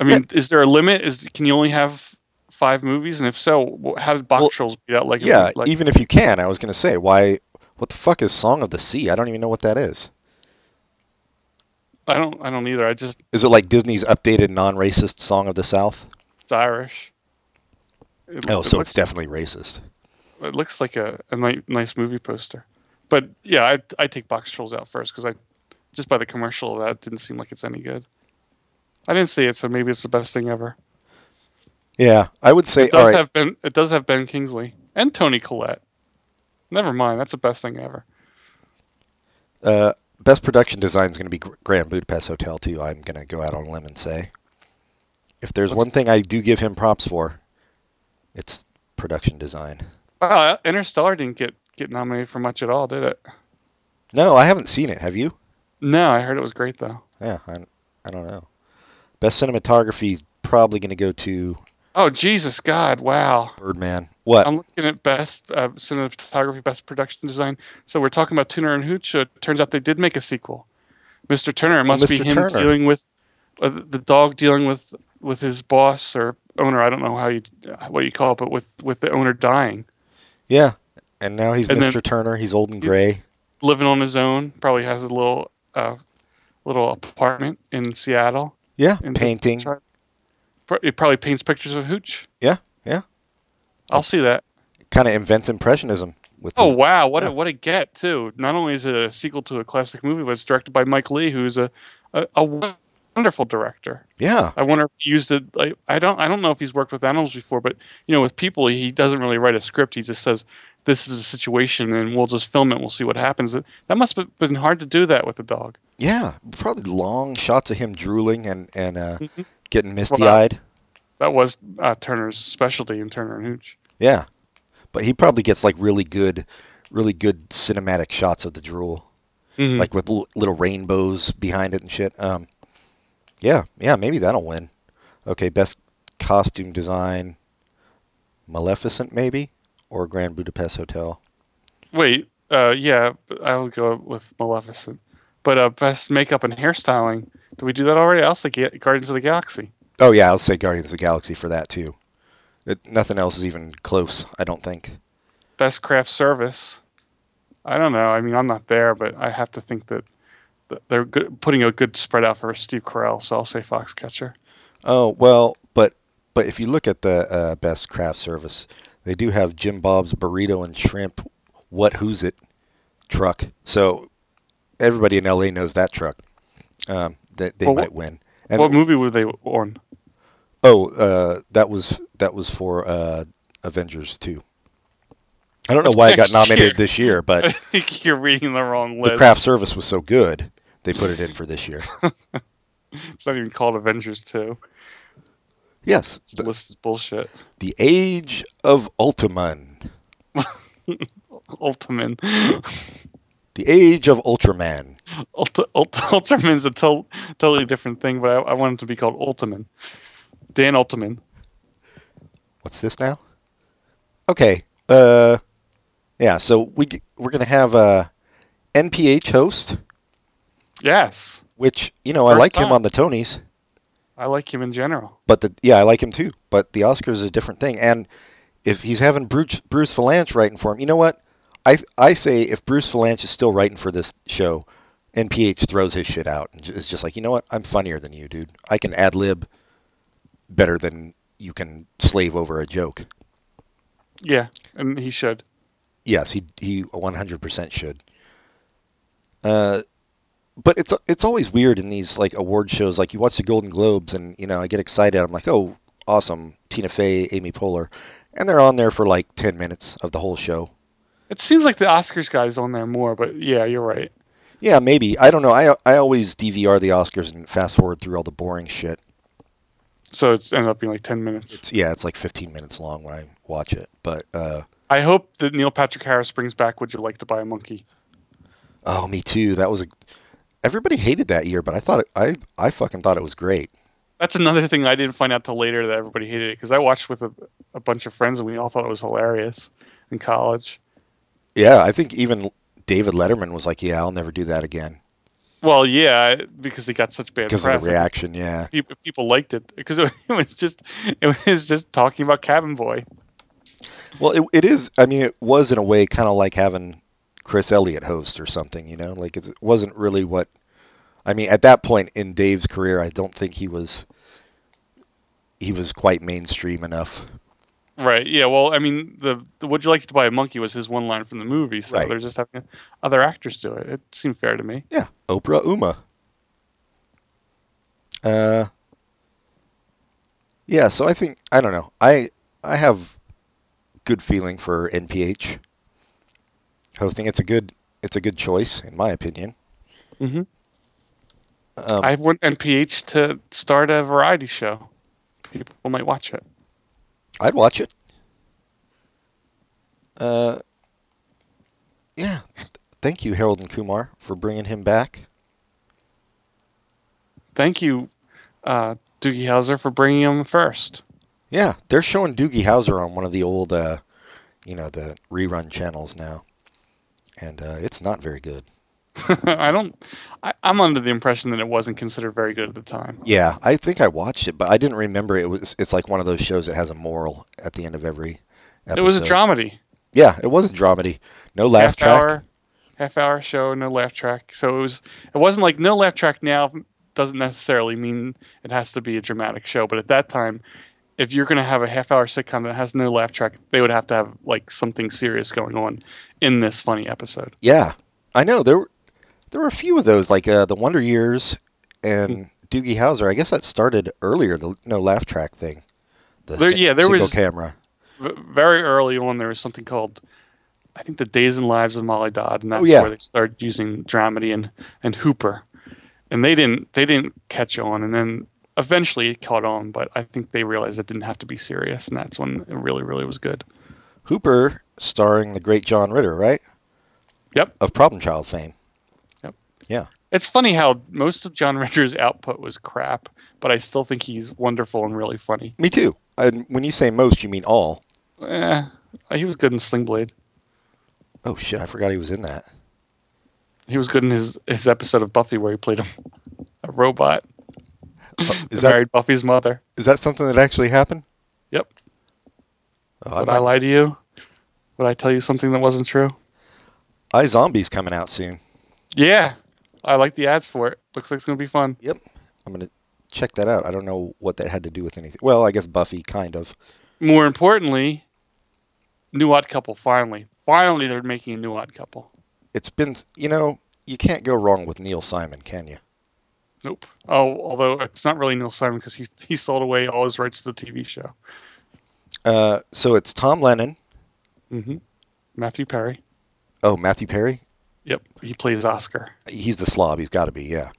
Speaker 3: I mean, is there a limit? Is can you only have five movies? And if so, wh- how did Box
Speaker 2: Well,
Speaker 3: Trolls beat out Lego?
Speaker 2: Yeah,
Speaker 3: Movie? Like,
Speaker 2: even if you can, I was gonna say why. What the fuck is Song of the Sea? I don't even know what that is.
Speaker 3: I don't. I don't either. I just
Speaker 2: Is it like Disney's updated non-racist Song of the South?
Speaker 3: it's Irish. It-
Speaker 2: Oh,
Speaker 3: it
Speaker 2: so
Speaker 3: looks-
Speaker 2: it's definitely racist.
Speaker 3: it looks like a, a ni- nice movie poster. But yeah, I I take Box Trolls out first because I just by the commercial that didn't seem like it's any good. I didn't see it, so maybe it's the best thing ever.
Speaker 2: Yeah, I would say.
Speaker 3: It
Speaker 2: all
Speaker 3: does
Speaker 2: right,
Speaker 3: have Ben. It does have Ben Kingsley and Tony Collette. Never mind, that's the best thing ever.
Speaker 2: Uh, best production design is going to be Gr- Grand Budapest Hotel too. I'm going to go out on a limb and say, if there's
Speaker 3: What's-
Speaker 2: one thing I do give him props for, it's production design.
Speaker 3: Wow, Interstellar didn't get get nominated for much at all, did it?
Speaker 2: No, I haven't seen it. Have you?
Speaker 3: No, I heard it was great though.
Speaker 2: Yeah, I, I don't know. Best cinematography is probably going to go to
Speaker 3: Oh Jesus God! Wow.
Speaker 2: Birdman. What?
Speaker 3: I'm looking at best uh, cinematography, best production design. So we're talking about Turner and Hooch. It turns out they did make a sequel. Mr. Turner it must be
Speaker 2: Mr.
Speaker 3: him
Speaker 2: Turner.
Speaker 3: dealing with uh, the dog dealing with with his boss or owner. I don't know how you what you call it, but with with the owner dying,
Speaker 2: yeah. And now he's
Speaker 3: And then-
Speaker 2: Mr. Turner. He's old and gray.
Speaker 3: living on his own, probably has a little uh, little apartment in Seattle.
Speaker 2: Yeah,
Speaker 3: And just
Speaker 2: painting.
Speaker 3: try- Pro- It probably paints pictures of Hooch.
Speaker 2: Yeah, yeah.
Speaker 3: I'll see that.
Speaker 2: Kind of invents impressionism with.
Speaker 3: Oh
Speaker 2: his-
Speaker 3: wow, what
Speaker 2: yeah.
Speaker 3: a what a get too! Not only is it a sequel to a classic movie, but it's directed by Mike Lee, who's a a, a wonderful director.
Speaker 2: Yeah.
Speaker 3: I wonder if he used it. Like, I don't I don't know if he's worked with animals before, but you know, with people, he doesn't really write a script. He just says this is a situation, and we'll just film it. We'll see what happens. That must have been hard to do that with a dog.
Speaker 2: Yeah. Probably long shots of him drooling and and uh,
Speaker 3: Mhm.
Speaker 2: getting misty-eyed.
Speaker 3: That was uh, Turner's specialty in Turner and Hooch.
Speaker 2: Yeah, but he probably gets like really good, really good cinematic shots of the drool.
Speaker 3: Mhm.
Speaker 2: like with l- little rainbows behind it and shit. Um, yeah, yeah, maybe that'll win. Okay, best costume design, Maleficent maybe, or Grand Budapest Hotel.
Speaker 3: Wait, uh, yeah, I'll go with Maleficent. But uh, best makeup and hairstyling. Did we do that already? I'll say Ga- Guardians of the Galaxy.
Speaker 2: Oh yeah, I'll say Guardians of the Galaxy for that too. It, nothing else is even close, I don't think.
Speaker 3: Best craft service. I don't know. I mean, I'm not there, but I have to think that that they're good, putting a good spread out for Steve Carell. So I'll say Foxcatcher.
Speaker 2: Oh well, but but if you look at the uh, best craft service, they do have Jim Bob's burrito and shrimp, what who's it truck. So everybody in LA knows that truck. Um, that they
Speaker 3: Well,
Speaker 2: might win. And
Speaker 3: what movie were they on?
Speaker 2: oh, uh, that was that was for uh, Avengers two. I don't know why it got
Speaker 3: Next
Speaker 2: nominated
Speaker 3: year.
Speaker 2: this year,
Speaker 3: I
Speaker 2: but
Speaker 3: think you're reading the wrong list.
Speaker 2: the craft service was so good they put it in for this year.
Speaker 3: It's not even called Avengers 2.
Speaker 2: Yes,
Speaker 3: This
Speaker 2: the,
Speaker 3: list is bullshit.
Speaker 2: the Age of Ultiman,
Speaker 3: Ultraman.
Speaker 2: the Age of Ultraman.
Speaker 3: Ultra, Ultra, Ultraman's a to- totally different thing, but I, I want him to be called Ultraman. Dan Ultraman.
Speaker 2: what's this now? Okay. Uh, yeah. So we g- we're gonna have uh, a NPH host,
Speaker 3: Yes.
Speaker 2: which you know I
Speaker 3: First
Speaker 2: like him
Speaker 3: time.
Speaker 2: on the Tonys,
Speaker 3: I like him in general.
Speaker 2: but the yeah I like him too. But the Oscars is a different thing, and if he's having Bruce Bruce Valanche writing for him, you know what? I I say if Bruce Valanche is still writing for this show, NPH throws his shit out and j- is just like, you know what? I'm funnier than you, dude. I can ad lib better than you can slave over a joke.
Speaker 3: Yeah, and he should.
Speaker 2: Yes, he he 100% should. Uh, but it's it's always weird in these like award shows. Like you watch the Golden Globes, and you know I get excited. I'm like, oh, awesome, Tina Fey, Amy Poehler, and they're on there for like 10 minutes of the whole show.
Speaker 3: It seems like the Oscars guy's on there more, but yeah, you're right.
Speaker 2: Yeah, maybe I don't know. I I always DVR the Oscars and fast forward through all the boring shit.
Speaker 3: So it ended up being like 10 minutes.
Speaker 2: It's yeah, it's like 15 minutes long when I watch it. But uh,
Speaker 3: I hope that Neil Patrick Harris brings back Would You Like to Buy a Monkey?
Speaker 2: oh, me too. That was a everybody hated that year, but I thought it, I I fucking thought it was great.
Speaker 3: That's another thing I didn't find out till later that everybody hated it because I watched with a, a bunch of friends and we all thought it was hilarious in college.
Speaker 2: Yeah, I think even David Letterman was like, "Yeah, I'll never do that again"
Speaker 3: Well, yeah, because he got such bad
Speaker 2: because
Speaker 3: press.
Speaker 2: of the reaction. Yeah,
Speaker 3: people, people liked it because it was just it was just talking about Cabin Boy.
Speaker 2: well, it, it is. I mean, it was in a way kind of like having Chris Elliott host or something. You know, like it's- it wasn't really what. I mean, at that point in Dave's career, I don't think he was. He was quite mainstream enough.
Speaker 3: Right. Yeah. Well, I mean, the, the "Would you like to buy a monkey?" was his one line from the movie, so
Speaker 2: Right.
Speaker 3: they're just having other actors do it. It seemed fair to me.
Speaker 2: Yeah, Oprah Uma. Uh, yeah. So I think I don't know. I I have good feeling for NPH hosting. It's a good it's a good choice in my opinion.
Speaker 3: Mhm.
Speaker 2: Um,
Speaker 3: I want NPH to start a variety show. People might watch it.
Speaker 2: I'd watch it. Uh, yeah. Thank you, Harold and Kumar, for bringing him back.
Speaker 3: Thank you, uh, Doogie Howser, for bringing him first.
Speaker 2: Yeah, they're showing Doogie Howser on one of the old, uh, you know, the rerun channels now, and uh, it's not very good.
Speaker 3: I don't. I, I'm under the impression that it wasn't considered very good at the time.
Speaker 2: Yeah, I think I watched it, but I didn't remember it was. It's like one of those shows that has a moral at the end of every. Episode.
Speaker 3: It was a dramedy.
Speaker 2: Yeah, it was a dramedy. No laugh
Speaker 3: half
Speaker 2: track.
Speaker 3: hour half hour show no laugh track so it was it wasn't like no laugh track now doesn't necessarily mean it has to be a dramatic show but at that time if you're going to have a half hour sitcom that has no laugh track they would have to have like something serious going on in this funny episode
Speaker 2: Yeah, I know there. Were, there were a few of those, like uh, the Wonder Years
Speaker 3: Hmm.
Speaker 2: and Doogie Howser. I guess that started earlier. The no laugh track thing. The
Speaker 3: There-
Speaker 2: sing-
Speaker 3: yeah, there
Speaker 2: single
Speaker 3: was-
Speaker 2: camera.
Speaker 3: v- very early on there was something called i think the days and lives of molly dodd and that's
Speaker 2: Oh, yeah.
Speaker 3: where they started using dramedy and, and hooper and they didn't they didn't catch on and then eventually it caught on but i think they realized it didn't have to be serious and that's when it really really was good
Speaker 2: Hooper, starring the great John Ritter, right?
Speaker 3: Yep.
Speaker 2: Of Problem Child fame. Yeah.
Speaker 3: It's funny how most of John Ritter's output was crap, but I still think he's wonderful and really funny.
Speaker 2: Me too. And when you say most, you mean all.
Speaker 3: Eh, he was good in Sling Blade.
Speaker 2: Oh shit! I forgot he was in that.
Speaker 3: He was good in his, his episode of Buffy where he played a, a robot.
Speaker 2: Oh,
Speaker 3: Is
Speaker 2: Is that
Speaker 3: married Buffy's mother.
Speaker 2: is that something that actually happened?
Speaker 3: Yep.
Speaker 2: Oh, I,
Speaker 3: Would I
Speaker 2: might-
Speaker 3: lie to you? Would I tell you something that wasn't true?
Speaker 2: I Zombie's coming out soon.
Speaker 3: Yeah. I like the ads for it. Looks like it's going to be fun.
Speaker 2: Yep. I'm gonna check that out. I don't know what that had to do with anything. Well, I guess Buffy kind of.
Speaker 3: More importantly, new odd couple finally. Finally, they're making a new odd couple.
Speaker 2: It's been you know you can't go wrong with Neil Simon, can you?
Speaker 3: Nope. Oh, although it's not really Neil Simon because he he sold away all his rights to the TV show.
Speaker 2: Uh, so it's Tom Lennon.
Speaker 3: Mm-hmm. Matthew Perry.
Speaker 2: Oh, Matthew Perry.
Speaker 3: Yep, he plays Oscar.
Speaker 2: He's the slob. He's got to be. Yeah.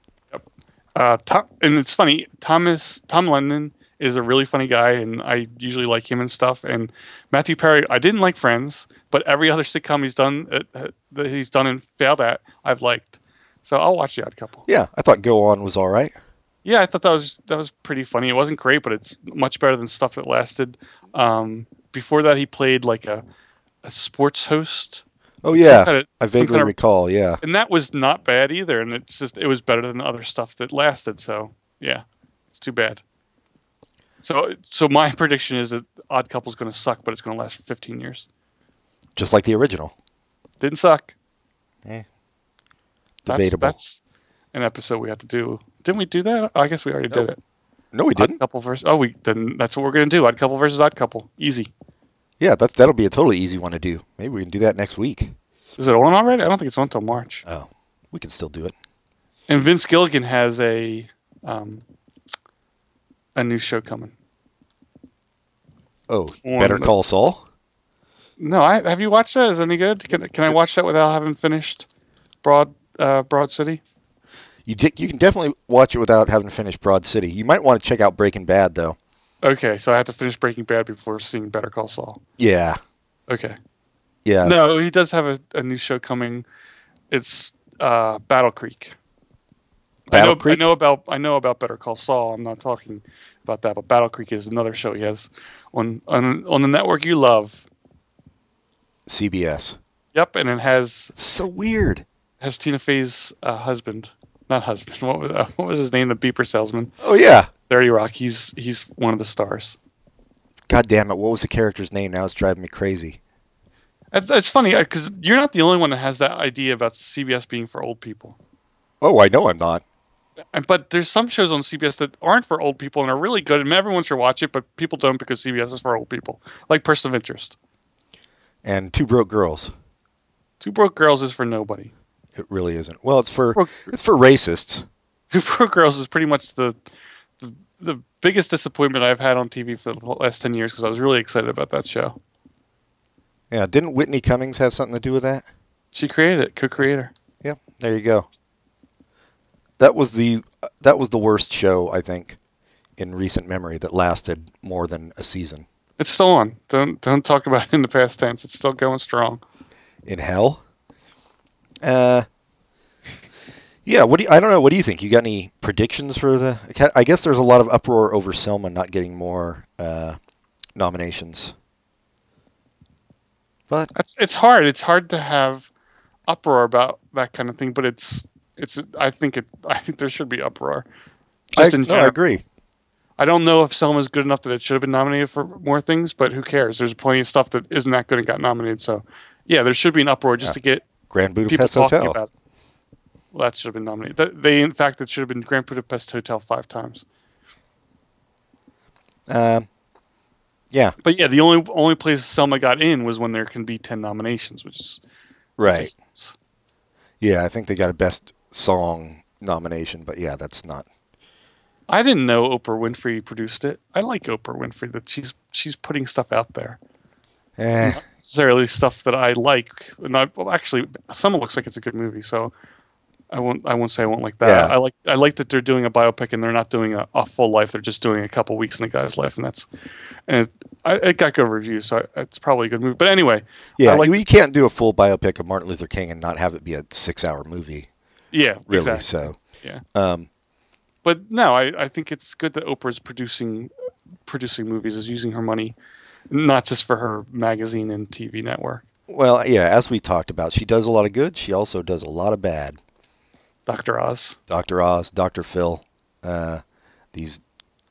Speaker 3: Uh, Tom, and it's funny. Thomas Tom Lennon is a really funny guy, and I usually like him and stuff. And Matthew Perry, I didn't like Friends, but every other sitcom he's done uh, uh, that he's done and failed at, I've liked. So I'll watch The Odd Couple.
Speaker 2: Yeah. I thought Go On was all right.
Speaker 3: Yeah, I thought that was that was pretty funny. It wasn't great, but it's much better than stuff that lasted. Um, before that, he played like a a sports host.
Speaker 2: Oh
Speaker 3: Some
Speaker 2: yeah.
Speaker 3: kind of-
Speaker 2: I
Speaker 3: some
Speaker 2: vaguely
Speaker 3: kind of-
Speaker 2: recall. Yeah.
Speaker 3: and that was not bad either. And it's just it was better than the other stuff that lasted. So yeah, it's too bad. So so my prediction is that Odd Couple's going to suck, but it's going to last for 15 years.
Speaker 2: Just like the original.
Speaker 3: Didn't suck. That's,
Speaker 2: Debatable.
Speaker 3: That's an episode we have to do. Didn't we do that? I guess we already
Speaker 2: Nope.
Speaker 3: did it.
Speaker 2: no, we
Speaker 3: Odd
Speaker 2: didn't.
Speaker 3: couple versus oh we then that's what we're gonna do. Odd couple versus odd couple. Easy.
Speaker 2: Yeah. That's that'll be a totally easy one to do. Maybe we can do that next week.
Speaker 3: Is it on already? I don't think it's on till March.
Speaker 2: Oh, we can still do it.
Speaker 3: And Vince Gilligan has a um, a new show coming.
Speaker 2: Oh,
Speaker 3: On
Speaker 2: Better
Speaker 3: the-
Speaker 2: Call Saul.
Speaker 3: No, I have you watched that? Is it any good? Can can I watch that without having finished Broad uh, Broad City?
Speaker 2: You di- you can definitely watch it without having finished Broad City. You might want to check out Breaking Bad though.
Speaker 3: Okay, so I have to finish Breaking Bad before seeing Better Call Saul.
Speaker 2: Yeah.
Speaker 3: Okay.
Speaker 2: Yeah.
Speaker 3: No, he does have a, a new show coming. It's uh, Battle Creek. I
Speaker 2: Battle
Speaker 3: know,
Speaker 2: Creek?
Speaker 3: I know about I know about Better Call Saul. I'm not talking about that, but Battle Creek is another show he has on on on the network you love.
Speaker 2: CBS.
Speaker 3: Yep, and it has
Speaker 2: It's so weird.
Speaker 3: has Tina Fey's uh, husband, not husband. What was uh, what was his name? The beeper salesman.
Speaker 2: Oh yeah.
Speaker 3: 30 Rock. He's he's one of the stars.
Speaker 2: God damn it! What was the character's name? Now it's driving me crazy.
Speaker 3: It's, it's funny because you're not the only one that has that idea about CBS being for old people.
Speaker 2: Oh, I know I'm not.
Speaker 3: And, but there's some shows on CBS that aren't for old people and are really good, and everyone should watch it, but people don't because CBS is for old people, like Person of Interest.
Speaker 2: And Two Broke Girls.
Speaker 3: Two Broke Girls is for nobody.
Speaker 2: It really isn't. Well, it's for
Speaker 3: Broke-
Speaker 2: it's for racists.
Speaker 3: Two Broke Girls is pretty much the the, the biggest disappointment I've had on TV for the last 10 years because I was really excited about that show.
Speaker 2: Yeah. Didn't Whitney Cummings have something to do with that?
Speaker 3: She created it, co-creator.
Speaker 2: Yeah. There you go. That was the that was the worst show I think in recent memory that lasted more than a season.
Speaker 3: It's still on. Don't don't talk about it in the past tense. It's still going strong.
Speaker 2: in hell. Uh, yeah. What do you, I don't know? What do you think? You got any predictions for the? I guess there's a lot of uproar over Selma not getting more uh, nominations. But
Speaker 3: That's it's hard. It's hard to have uproar about that kind of thing, but it's it's. I think it. I think there should be uproar.
Speaker 2: I,
Speaker 3: Just in
Speaker 2: no, I
Speaker 3: general.
Speaker 2: agree.
Speaker 3: I don't know if Selma's good enough that it should have been nominated for more things, but who cares? There's plenty of stuff that isn't that good and got nominated. So, yeah, there should be an uproar just to get
Speaker 2: Grand
Speaker 3: people
Speaker 2: Budapest
Speaker 3: talking
Speaker 2: Hotel.
Speaker 3: about. It. Well, that should have been nominated. That, they, in fact, it should have been Grand Budapest Hotel five times.
Speaker 2: Um, yeah.
Speaker 3: But yeah, the only only place Selma got in was when there can be ten nominations, which is
Speaker 2: Right. Yeah. I think they got a best song nomination, but yeah, that's not.
Speaker 3: I didn't know Oprah Winfrey produced it. I like Oprah Winfrey that she's she's putting stuff out there.
Speaker 2: Eh,
Speaker 3: Not necessarily stuff that I like. And I, well, actually, Summer looks like it's a good movie, so I won't I won't say I won't like that.
Speaker 2: Yeah.
Speaker 3: I like I like that they're doing a biopic and they're not doing a, a full life. They're just doing a couple weeks in a guy's life, and that's and it, I, it got good reviews, so it's probably a good movie. But anyway,
Speaker 2: yeah.
Speaker 3: like-
Speaker 2: you, you can't do a full biopic of Martin Luther King and not have it be a six-hour movie.
Speaker 3: Yeah,
Speaker 2: really.
Speaker 3: exactly.
Speaker 2: So,
Speaker 3: Yeah.
Speaker 2: um,
Speaker 3: But no, I, I think it's good that Oprah's producing producing movies, is using her money, not just for her magazine and TV network.
Speaker 2: well, yeah, as we talked about, she does a lot of good. She also does a lot of bad.
Speaker 3: Doctor Oz.
Speaker 2: Dr. Oz, Dr. Phil, uh, these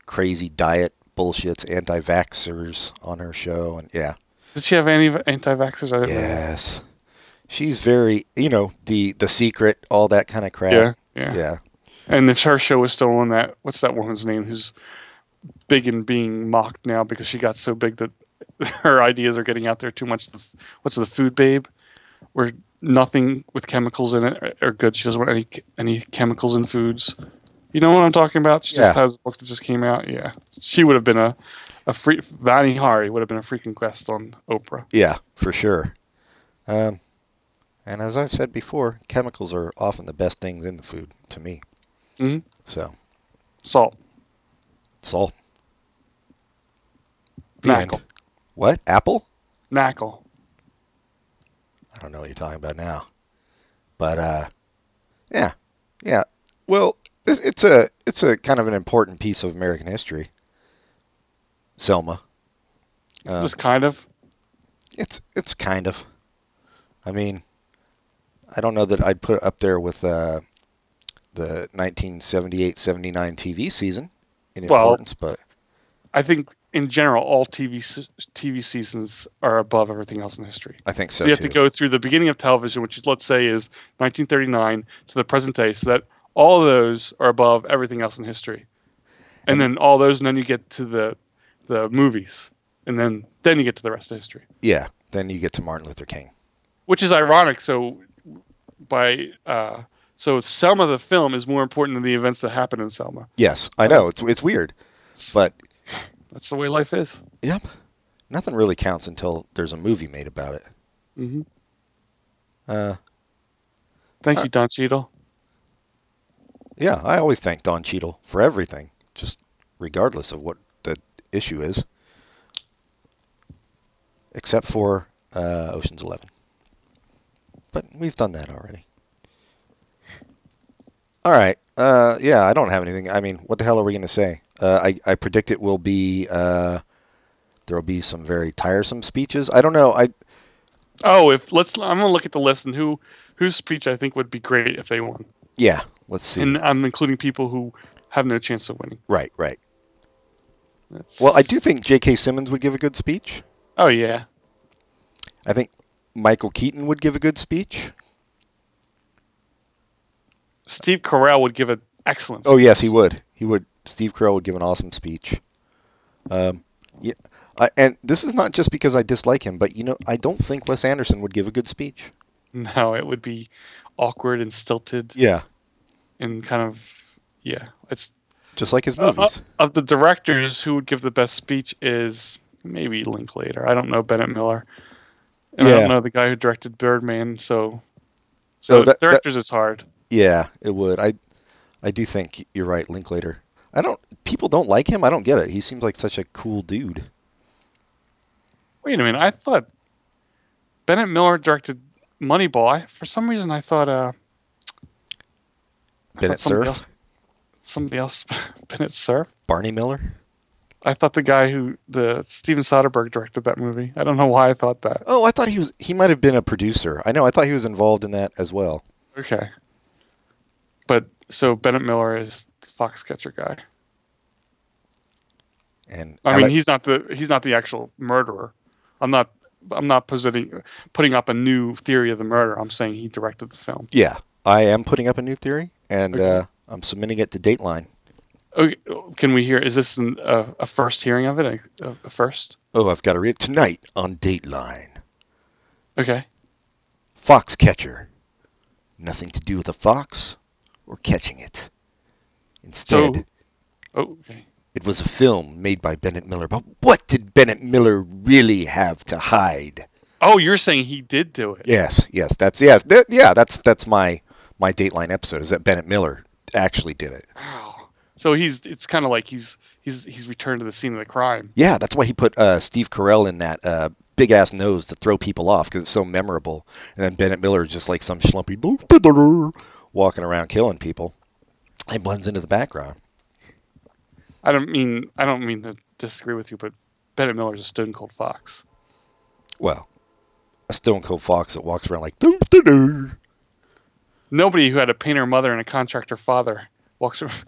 Speaker 2: crazy diet bullshits, anti-vaxxers on her show, and yeah,
Speaker 3: Did she have any anti-vaxxers? I don't remember.
Speaker 2: yes, she's very, you know, the the secret, all that kind of crap.
Speaker 3: Yeah, yeah,
Speaker 2: yeah.
Speaker 3: And if her show was still on that, what's that woman's name who's big and being mocked now because she got so big that her ideas are getting out there too much? The f- What's the food babe, where nothing with chemicals in it are- are good. She doesn't want any any chemicals in foods. You know what I'm talking about? She just
Speaker 2: Yeah.
Speaker 3: has a book that just came out. Yeah, she would have been a a free Vani Hari would have been a freaking guest on Oprah.
Speaker 2: Yeah, for sure. Um, and as I've said before, chemicals are often the best things in the food to me.
Speaker 3: Mhm.
Speaker 2: So,
Speaker 3: Salt,
Speaker 2: salt. The end.
Speaker 3: knackle,
Speaker 2: What? Apple?
Speaker 3: knackle.
Speaker 2: I don't know what you're talking about now. But uh, yeah, yeah. Well, it's, it's a it's a kind of an important piece of American history. Selma. Um,
Speaker 3: Just kind of.
Speaker 2: It's it's kind of. I mean, I don't know that I'd put it up there with uh, the 1978-79 TV season in
Speaker 3: Well-
Speaker 2: importance, but
Speaker 3: I think in general, all TV se- TV seasons are above everything else in history.
Speaker 2: I think so
Speaker 3: So you have
Speaker 2: too.
Speaker 3: to go through the beginning of television, which is, let's say is 1939 to the present day, so that all those are above everything else in history, and then all those, and then you get to the the movies, and then then you get to the rest of history,
Speaker 2: Yeah, then you get to Martin Luther King.
Speaker 3: which is ironic. So by uh, so Selma the film is more important than the events that happen in Selma.
Speaker 2: Yes, I know it's it's weird, but
Speaker 3: That's the way life is.
Speaker 2: yep, nothing really counts until there's a movie made about it. Mm-hmm.
Speaker 3: hmm
Speaker 2: Uh,
Speaker 3: Thank you, Don Cheadle.
Speaker 2: yeah, I always thank Don Cheadle for everything, just regardless of what the issue is, except for uh, Ocean's Eleven. But we've done that already. All right. Uh, yeah, I don't have anything. I mean, what the hell are we going to say? Uh, I, I predict it will be uh, there will be some very tiresome speeches. I don't know. I
Speaker 3: Oh, if let's I'm gonna look at the list and who whose speech I think would be great if they won,
Speaker 2: yeah. Let's see.
Speaker 3: and I'm including people who have no chance of winning.
Speaker 2: right. Right.
Speaker 3: That's-
Speaker 2: Well, I do think J.K. Simmons would give a good speech.
Speaker 3: Oh yeah,
Speaker 2: I think Michael Keaton would give a good speech.
Speaker 3: Steve Carell would give an excellent.
Speaker 2: Oh yes, he would. He would. Steve Carell would give an awesome speech. Um, yeah, I, and this is not just because I dislike him, but you know, I don't think Wes Anderson would give a good speech.
Speaker 3: speech. No, it would be awkward and stilted
Speaker 2: Yeah,
Speaker 3: and kind of yeah. It's
Speaker 2: just like his
Speaker 3: uh, uh,
Speaker 2: movies.
Speaker 3: of the directors who would give the best speech is maybe Linklater. I don't know Bennett Miller, and I
Speaker 2: Yeah.
Speaker 3: don't know the guy who directed Birdman. So,
Speaker 2: So
Speaker 3: so,
Speaker 2: that- that-
Speaker 3: directors is hard.
Speaker 2: yeah, it would. I, I do think you're right, Linklater. I don't. People don't like him. I don't get it. He seems like such a cool dude.
Speaker 3: Wait a minute. I thought Bennett Miller directed Moneyball. I, for some reason, I thought uh, I
Speaker 2: Bennett
Speaker 3: thought somebody
Speaker 2: Cerf,
Speaker 3: else- somebody else, Bennett Surf.
Speaker 2: Barney Miller.
Speaker 3: I thought the guy who the Steven Soderbergh directed that movie. I don't know why I thought that.
Speaker 2: Oh, I thought he was. He might have been a producer. I know. I thought he was involved in that as well.
Speaker 3: Okay. But so Bennett Miller is Foxcatcher guy.
Speaker 2: And
Speaker 3: I mean,
Speaker 2: like-
Speaker 3: he's not the he's not the actual murderer. I'm not I'm not positing putting up a new theory of the murder. I'm saying he directed the film.
Speaker 2: Yeah, I am putting up a new theory, and
Speaker 3: Okay.
Speaker 2: uh, I'm submitting it to Dateline.
Speaker 3: Okay, can we hear? Is this an, a, a first hearing of it? A, a first?
Speaker 2: Oh, I've got to read it tonight on Dateline.
Speaker 3: Okay.
Speaker 2: Foxcatcher. Nothing to do with a fox or catching it. Instead,
Speaker 3: So- Oh, okay.
Speaker 2: it was a film made by Bennett Miller. But what did Bennett Miller really have to hide?
Speaker 3: Oh, you're saying he did do it?
Speaker 2: Yes, yes, that's yes, that, yeah, that's that's my my Dateline episode is that Bennett Miller actually did it.
Speaker 3: Wow. So he's it's kind of like he's he's he's returned to the scene of the crime.
Speaker 2: Yeah, that's why he put uh, Steve Carell in that uh, big ass nose to throw people off because it's so memorable. And then Bennett Miller is just like some schlumpy walking around killing people. It blends into the background.
Speaker 3: I don't mean I don't mean to disagree with you, but Bennett Miller's a stone cold fox.
Speaker 2: Well, a stone cold fox that walks around like doo doo doo.
Speaker 3: Nobody who had a painter mother and a contractor father walks around.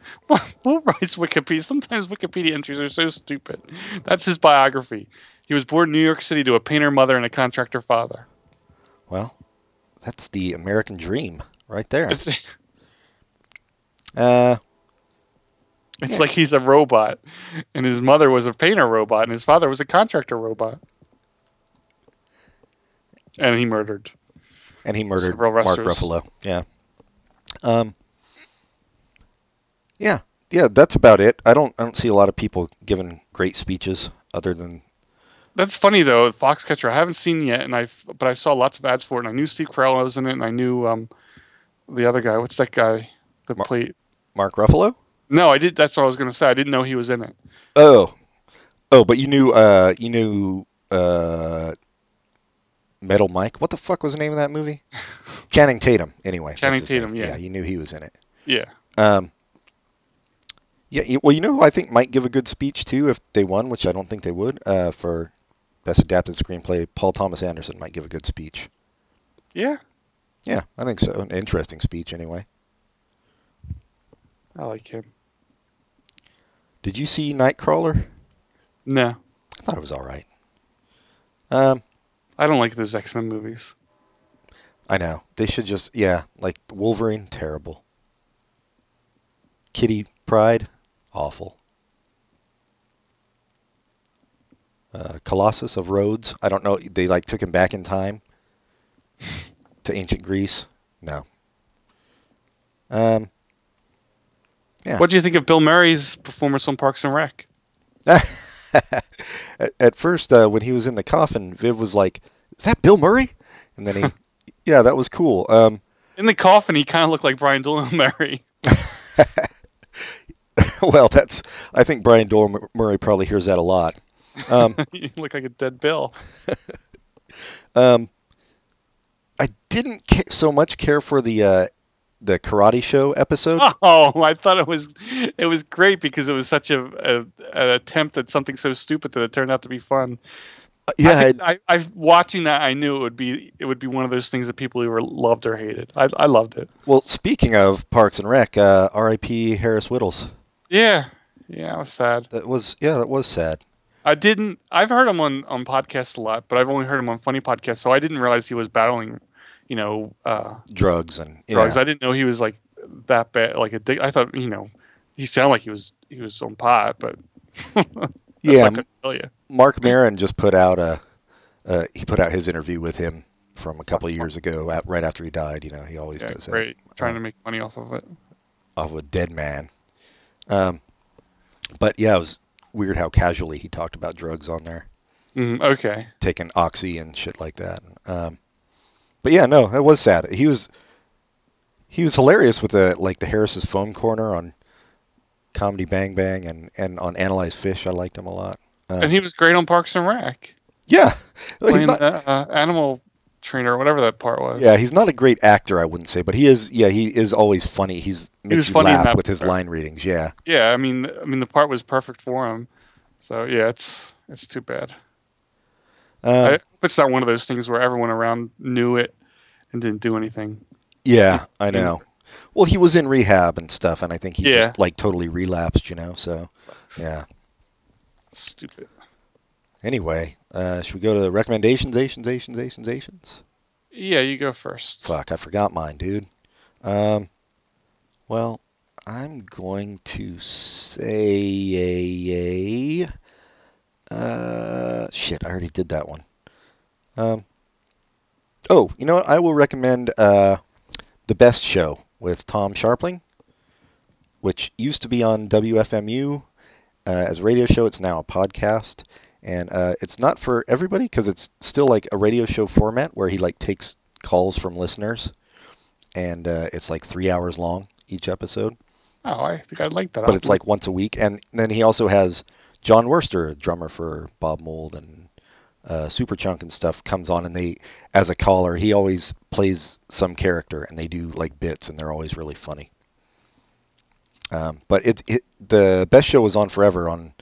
Speaker 3: Who writes Wikipedia? Sometimes Wikipedia entries are so stupid. That's his biography. He was born in New York City to a painter mother and a contractor father.
Speaker 2: Well, that's the American dream right there.
Speaker 3: It's,
Speaker 2: Uh,
Speaker 3: it's like he's a robot, and his mother was a painter robot, and his father was a contractor robot. And he murdered.
Speaker 2: and he murdered
Speaker 3: Several
Speaker 2: Mark
Speaker 3: wrestlers.
Speaker 2: Ruffalo. Yeah. Um. Yeah, yeah, that's about it. I don't, I don't see a lot of people giving great speeches other than
Speaker 3: That's funny though. Foxcatcher, I haven't seen yet, and I but I saw lots of ads for it, and I knew Steve Carell was in it, and I knew um, the other guy. What's that guy? The
Speaker 2: Mar-
Speaker 3: plate.
Speaker 2: Mark Ruffalo.
Speaker 3: No, I did. That's what I was gonna say. I didn't know he was in it.
Speaker 2: Oh, oh, but you knew, uh, you knew, uh, Metal Mike. What the fuck was the name of that movie? Channing Tatum. Anyway, that's
Speaker 3: Channing
Speaker 2: his name.
Speaker 3: Tatum, yeah.
Speaker 2: yeah, you knew he was in it.
Speaker 3: Yeah.
Speaker 2: Um, yeah, you- well, you know who I think might give a good speech too if they won, which I don't think they would. Uh, for best adapted screenplay, Paul Thomas Anderson might give a good speech.
Speaker 3: Yeah.
Speaker 2: Yeah, I think so. An interesting speech, anyway.
Speaker 3: I like him.
Speaker 2: Did you see Nightcrawler?
Speaker 3: No,
Speaker 2: I thought it was all right. Um,
Speaker 3: I don't like those X Men movies.
Speaker 2: I know they should just yeah, like Wolverine, terrible. Kitty Pride, awful. Uh, Colossus of Rhodes. I don't know. They like took him back in time to ancient Greece. No. Um. Yeah.
Speaker 3: What do you think of Bill Murray's performance on Parks and Rec?
Speaker 2: at, at first, uh, when he was in the coffin, Viv was like, "Is that Bill Murray?" And then he, yeah, that was cool. Um.
Speaker 3: In the coffin, he kind of looked like Brian Dolan Murray.
Speaker 2: well, that's. I think Brian Doyle Murray probably hears that a lot. Um,
Speaker 3: he looked like a dead Bill.
Speaker 2: um, I didn't ca- so much care for the uh, the Karate Show episode.
Speaker 3: Oh, I thought it was it was great because it was such a, a an attempt at something so stupid that it turned out to be fun.
Speaker 2: Uh, yeah,
Speaker 3: I,
Speaker 2: I,
Speaker 3: think- I, I watching that, I knew it would be it would be one of those things that people either loved or hated. I, I loved it.
Speaker 2: well, speaking of Parks and Rec, uh, R.I.P. Harris Whittles.
Speaker 3: Yeah, yeah, I was sad.
Speaker 2: That was yeah, that was sad.
Speaker 3: I didn't. I've heard him on on podcasts a lot, but I've only heard him on funny podcasts, so I didn't realize he was battling, you know, uh,
Speaker 2: Drugs and yeah.
Speaker 3: drugs. I didn't know he was like that bad, like addic- I thought, you know, he sounded like he was he was on pot, but that's
Speaker 2: Yeah,
Speaker 3: not
Speaker 2: m-
Speaker 3: gonna tell you.
Speaker 2: Mark Maron just put out a uh, he put out his interview with him from a couple of years ago, at, right after he died. You know, he always
Speaker 3: Yeah,
Speaker 2: does that.
Speaker 3: great. Trying to make money off of it.
Speaker 2: of a dead man. Um, but yeah, it was weird how casually he talked about drugs on there,
Speaker 3: Mm, okay.
Speaker 2: taking oxy and shit like that. Um, but yeah, no, it was sad. He was he was hilarious with the like the Harris's foam corner on Comedy Bang Bang and and on Analyze Fish. I liked him a lot. Um,
Speaker 3: And he was great on Parks and Rec,
Speaker 2: yeah, he's
Speaker 3: playing
Speaker 2: not.
Speaker 3: the uh, animal trainer or whatever that part was.
Speaker 2: Yeah, he's not a great actor, I wouldn't say, but he is. Yeah, he is always funny. He's makes
Speaker 3: was
Speaker 2: you
Speaker 3: funny in
Speaker 2: laugh
Speaker 3: that
Speaker 2: with his
Speaker 3: part.
Speaker 2: line readings. Yeah,
Speaker 3: Yeah, I mean, I mean, the part was perfect for him. So yeah, it's it's too bad.
Speaker 2: um,
Speaker 3: I, it's not one of those things where everyone around knew it and didn't do anything.
Speaker 2: Yeah, I
Speaker 3: know.
Speaker 2: know. Well, he was in rehab and stuff, and I think he
Speaker 3: Yeah.
Speaker 2: just like totally relapsed, you know. So
Speaker 3: Sucks.
Speaker 2: yeah.
Speaker 3: Stupid.
Speaker 2: Anyway, uh, should we go to recommendations, Asians, Asians, Asians, Asians?
Speaker 3: Yeah, you go first.
Speaker 2: Fuck, I forgot mine, dude. Um, well, I'm going to say a, uh, shit, I already did that one. Um, oh, you know what? I will recommend uh, the Best Show with Tom Sharpling, which used to be on WFMU uh, as a radio show. It's now a podcast, and uh, it's not for everybody because it's still like a radio show format where he like takes calls from listeners, and uh, it's like three hours long each episode.
Speaker 3: Oh, I think I like that.
Speaker 2: But it's like once a week, and then he also has John Worster, drummer for Bob Mould and uh, Superchunk and stuff comes on, and they, as a caller, he always plays some character, and they do like bits, and they're always really funny. Um, but it, it the best show was on forever on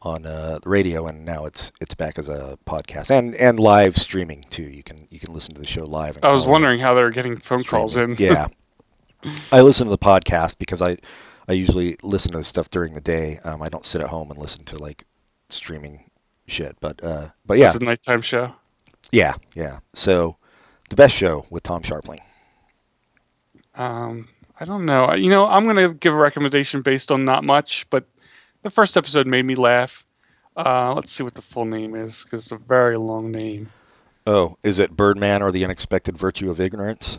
Speaker 2: on uh, the radio, and now it's it's back as a podcast and and live streaming too. You can you can listen to the show live. and
Speaker 3: I was
Speaker 2: call in.
Speaker 3: wondering how they're getting phone calls in.
Speaker 2: Streaming. Oh. yeah. I listen to the podcast because I I usually listen to this stuff during the day. Um, I don't sit at home and listen to like streaming shit. But uh, but yeah,
Speaker 3: It's a nighttime show.
Speaker 2: yeah, yeah. So the best show with Tom Sharpling.
Speaker 3: Um, I don't know. I- You know, I'm going to give a recommendation based on not much, but the first episode made me laugh. Uh, let's see what the full name is because it's a very long name.
Speaker 2: Oh, is it Birdman or the Unexpected Virtue of Ignorance?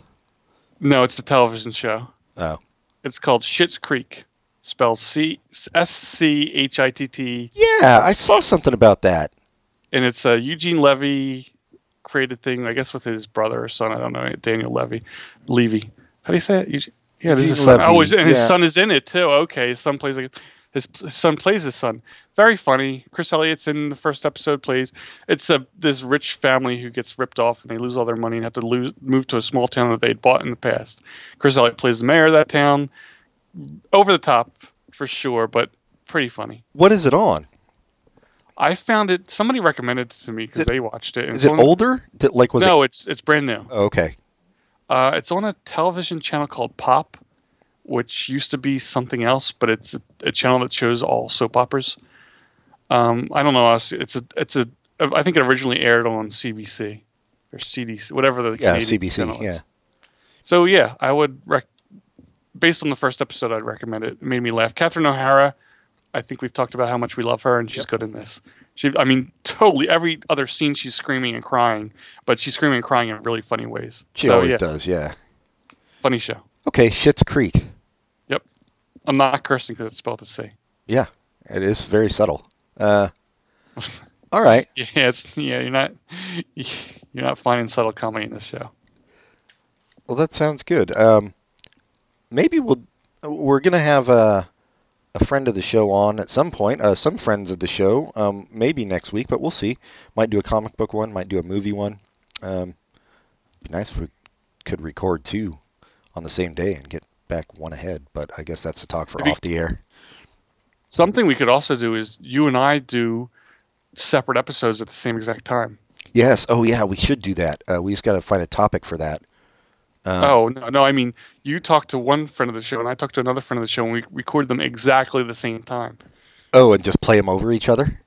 Speaker 3: No, it's a television show.
Speaker 2: Oh,
Speaker 3: It's called Shit's Creek, spelled C S C H I T T,
Speaker 2: yeah, I saw something about that.
Speaker 3: and it's a Eugene Levy created thing, I guess, with his brother or son. I don't know, Daniel Levy, Levy. How do you say it? Eugene- yeah, this
Speaker 2: Eugene
Speaker 3: is
Speaker 2: Levy,
Speaker 3: oh, his, and
Speaker 2: yeah.
Speaker 3: his son is in it too. Okay, his son plays like his, his son plays his son. Very funny. Chris Elliott's in the first episode. Plays it's a this rich family who gets ripped off and they lose all their money and have to lose move to a small town that they'd bought in the past. Chris Elliott plays the mayor of that town. Over the top for sure, but pretty funny.
Speaker 2: What is it on?
Speaker 3: I found it. Somebody recommended it to me
Speaker 2: Is
Speaker 3: because
Speaker 2: it-
Speaker 3: they watched it. and
Speaker 2: Is
Speaker 3: it's
Speaker 2: it
Speaker 3: on-
Speaker 2: older? Did, like was it?
Speaker 3: no, it's it's brand new.
Speaker 2: Oh, okay.
Speaker 3: Uh, it's on a television channel called Pop, which used to be something else, but it's a, a channel that shows all soap operas. Um, I don't know. I was- It's a it's a I think it originally aired on CBC or CDC, whatever the
Speaker 2: Yeah,
Speaker 3: Canadian
Speaker 2: CBC,
Speaker 3: channel is.
Speaker 2: yeah.
Speaker 3: So yeah, I would rec- based on the first episode, I'd recommend it. It made me laugh. Catherine O'Hara. I think we've talked about how much we love her, and she's good in this. She, I mean, totally every other scene she's screaming and crying, but she's screaming and crying in really funny ways.
Speaker 2: She
Speaker 3: so,
Speaker 2: always
Speaker 3: yeah,
Speaker 2: does. Yeah.
Speaker 3: Funny show.
Speaker 2: Okay, Shit's Creek.
Speaker 3: I'm not cursing because it's spelled with a C.
Speaker 2: Yeah, it is very subtle. Uh, all right.
Speaker 3: Yeah, it's yeah. You're not you're not finding subtle comedy in this show.
Speaker 2: Well, that sounds good. Um, maybe we'll we're gonna have a a friend of the show on at some point. Uh, some friends of the show, um, maybe next week, but we'll see. Might do a comic book one. Might do a movie one. Um, be nice if we could record two on the same day and get back one ahead. But I guess that's a talk for
Speaker 3: Maybe-
Speaker 2: off the air.
Speaker 3: Something we could also do is you and I do separate episodes at the same exact time.
Speaker 2: Yes. Oh yeah, we should do that. Uh, we just gotta find a topic for that. Um,
Speaker 3: Oh no, no, I mean you talk to one friend of the show and I talk to another friend of the show and we record them exactly the same time.
Speaker 2: Oh, and just play them over each other?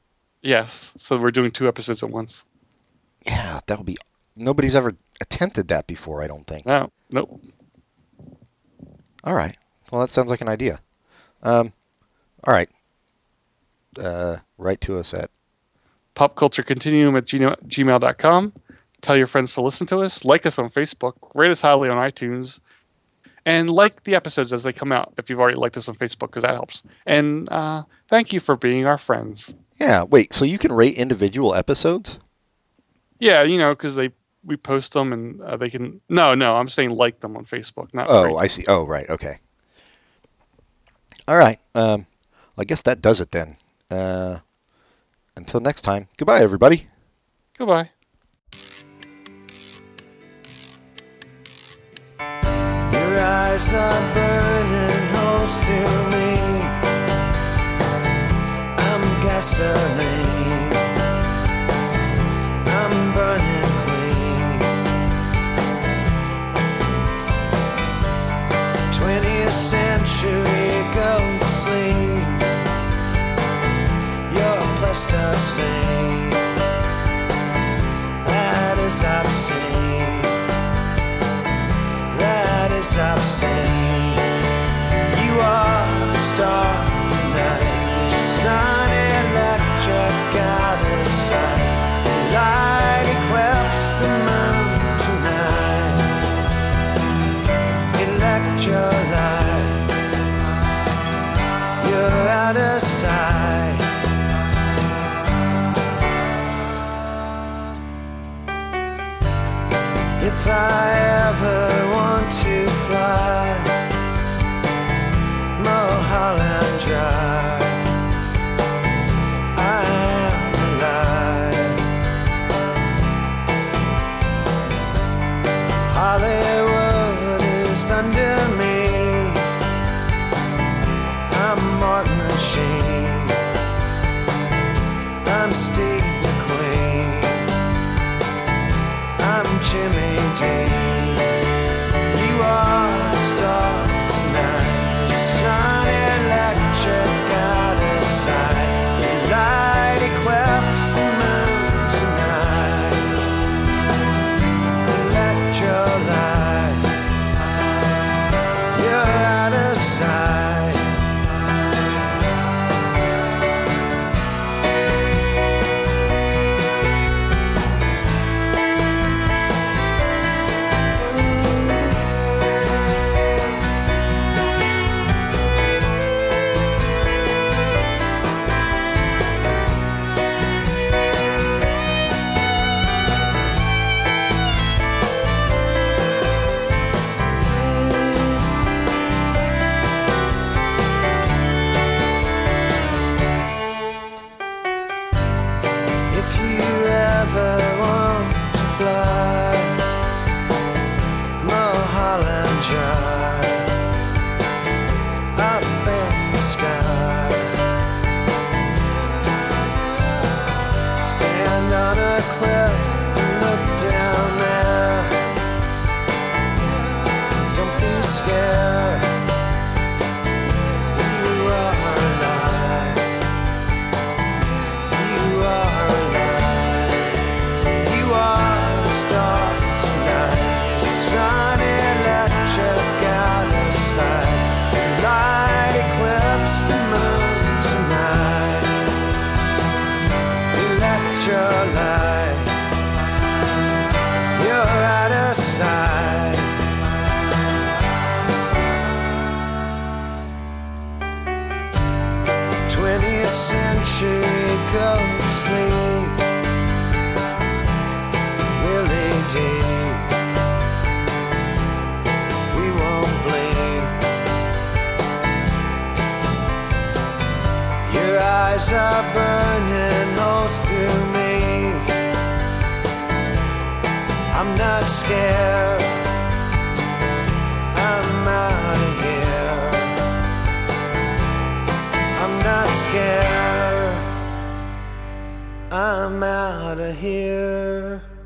Speaker 3: Yes, so we're doing two episodes at once.
Speaker 2: Yeah, that would be. Nobody's ever attempted that before, I don't think.
Speaker 3: No, nope.
Speaker 2: All right. Well, that sounds like an idea. Um, all right. Uh, write to us at.
Speaker 3: Popculturecontinuum at gmail- gmail.com. Tell your friends to listen to us, like us on Facebook, rate us highly on iTunes, and like the episodes as they come out if you've already liked us on Facebook because that helps. And uh, thank you for being our friends.
Speaker 2: Yeah, wait. So you can rate individual episodes?
Speaker 3: Yeah, you know because they we post them and uh, they can. No, no, I'm saying like them on Facebook, not
Speaker 2: Oh,
Speaker 3: rate.
Speaker 2: I see. Oh, right. Okay. All right. Um, I guess that does it then. Uh, until next time. Goodbye, everybody.
Speaker 3: Goodbye.
Speaker 1: Your eyes are burning holes through me. I'm gasoline. I'm burning clean. Twentieth century go to sleep. Your Pleistocene. That is obscene that is obscene. You are the star tonight, sun electric out of sight. The light eclipses the moon tonight. Electrolyte, you're out of sight. If I ever want to fly,
Speaker 4: Martin O'Shea. I'm Steve McQueen. I'm Jimmy Dean. You are a star tonight. Sun electric out of sight. Your light eclipses the moon tonight. Electrolyte. You're out of sight. If you ever want to fly, Mulholland Drive, up in the sky. Stand on a cliff and look down there. Don't be scared. You are alive. You are alive. You are a star tonight. Sun electric out of sight. Light eclipse the moon tonight. Electrolyte. You're out of sight. twentieth century ghostly Willie D. We won't blink. Your eyes are burning holes through me. I'm not scared. I'm out of here. I'm not scared. I'm out of here.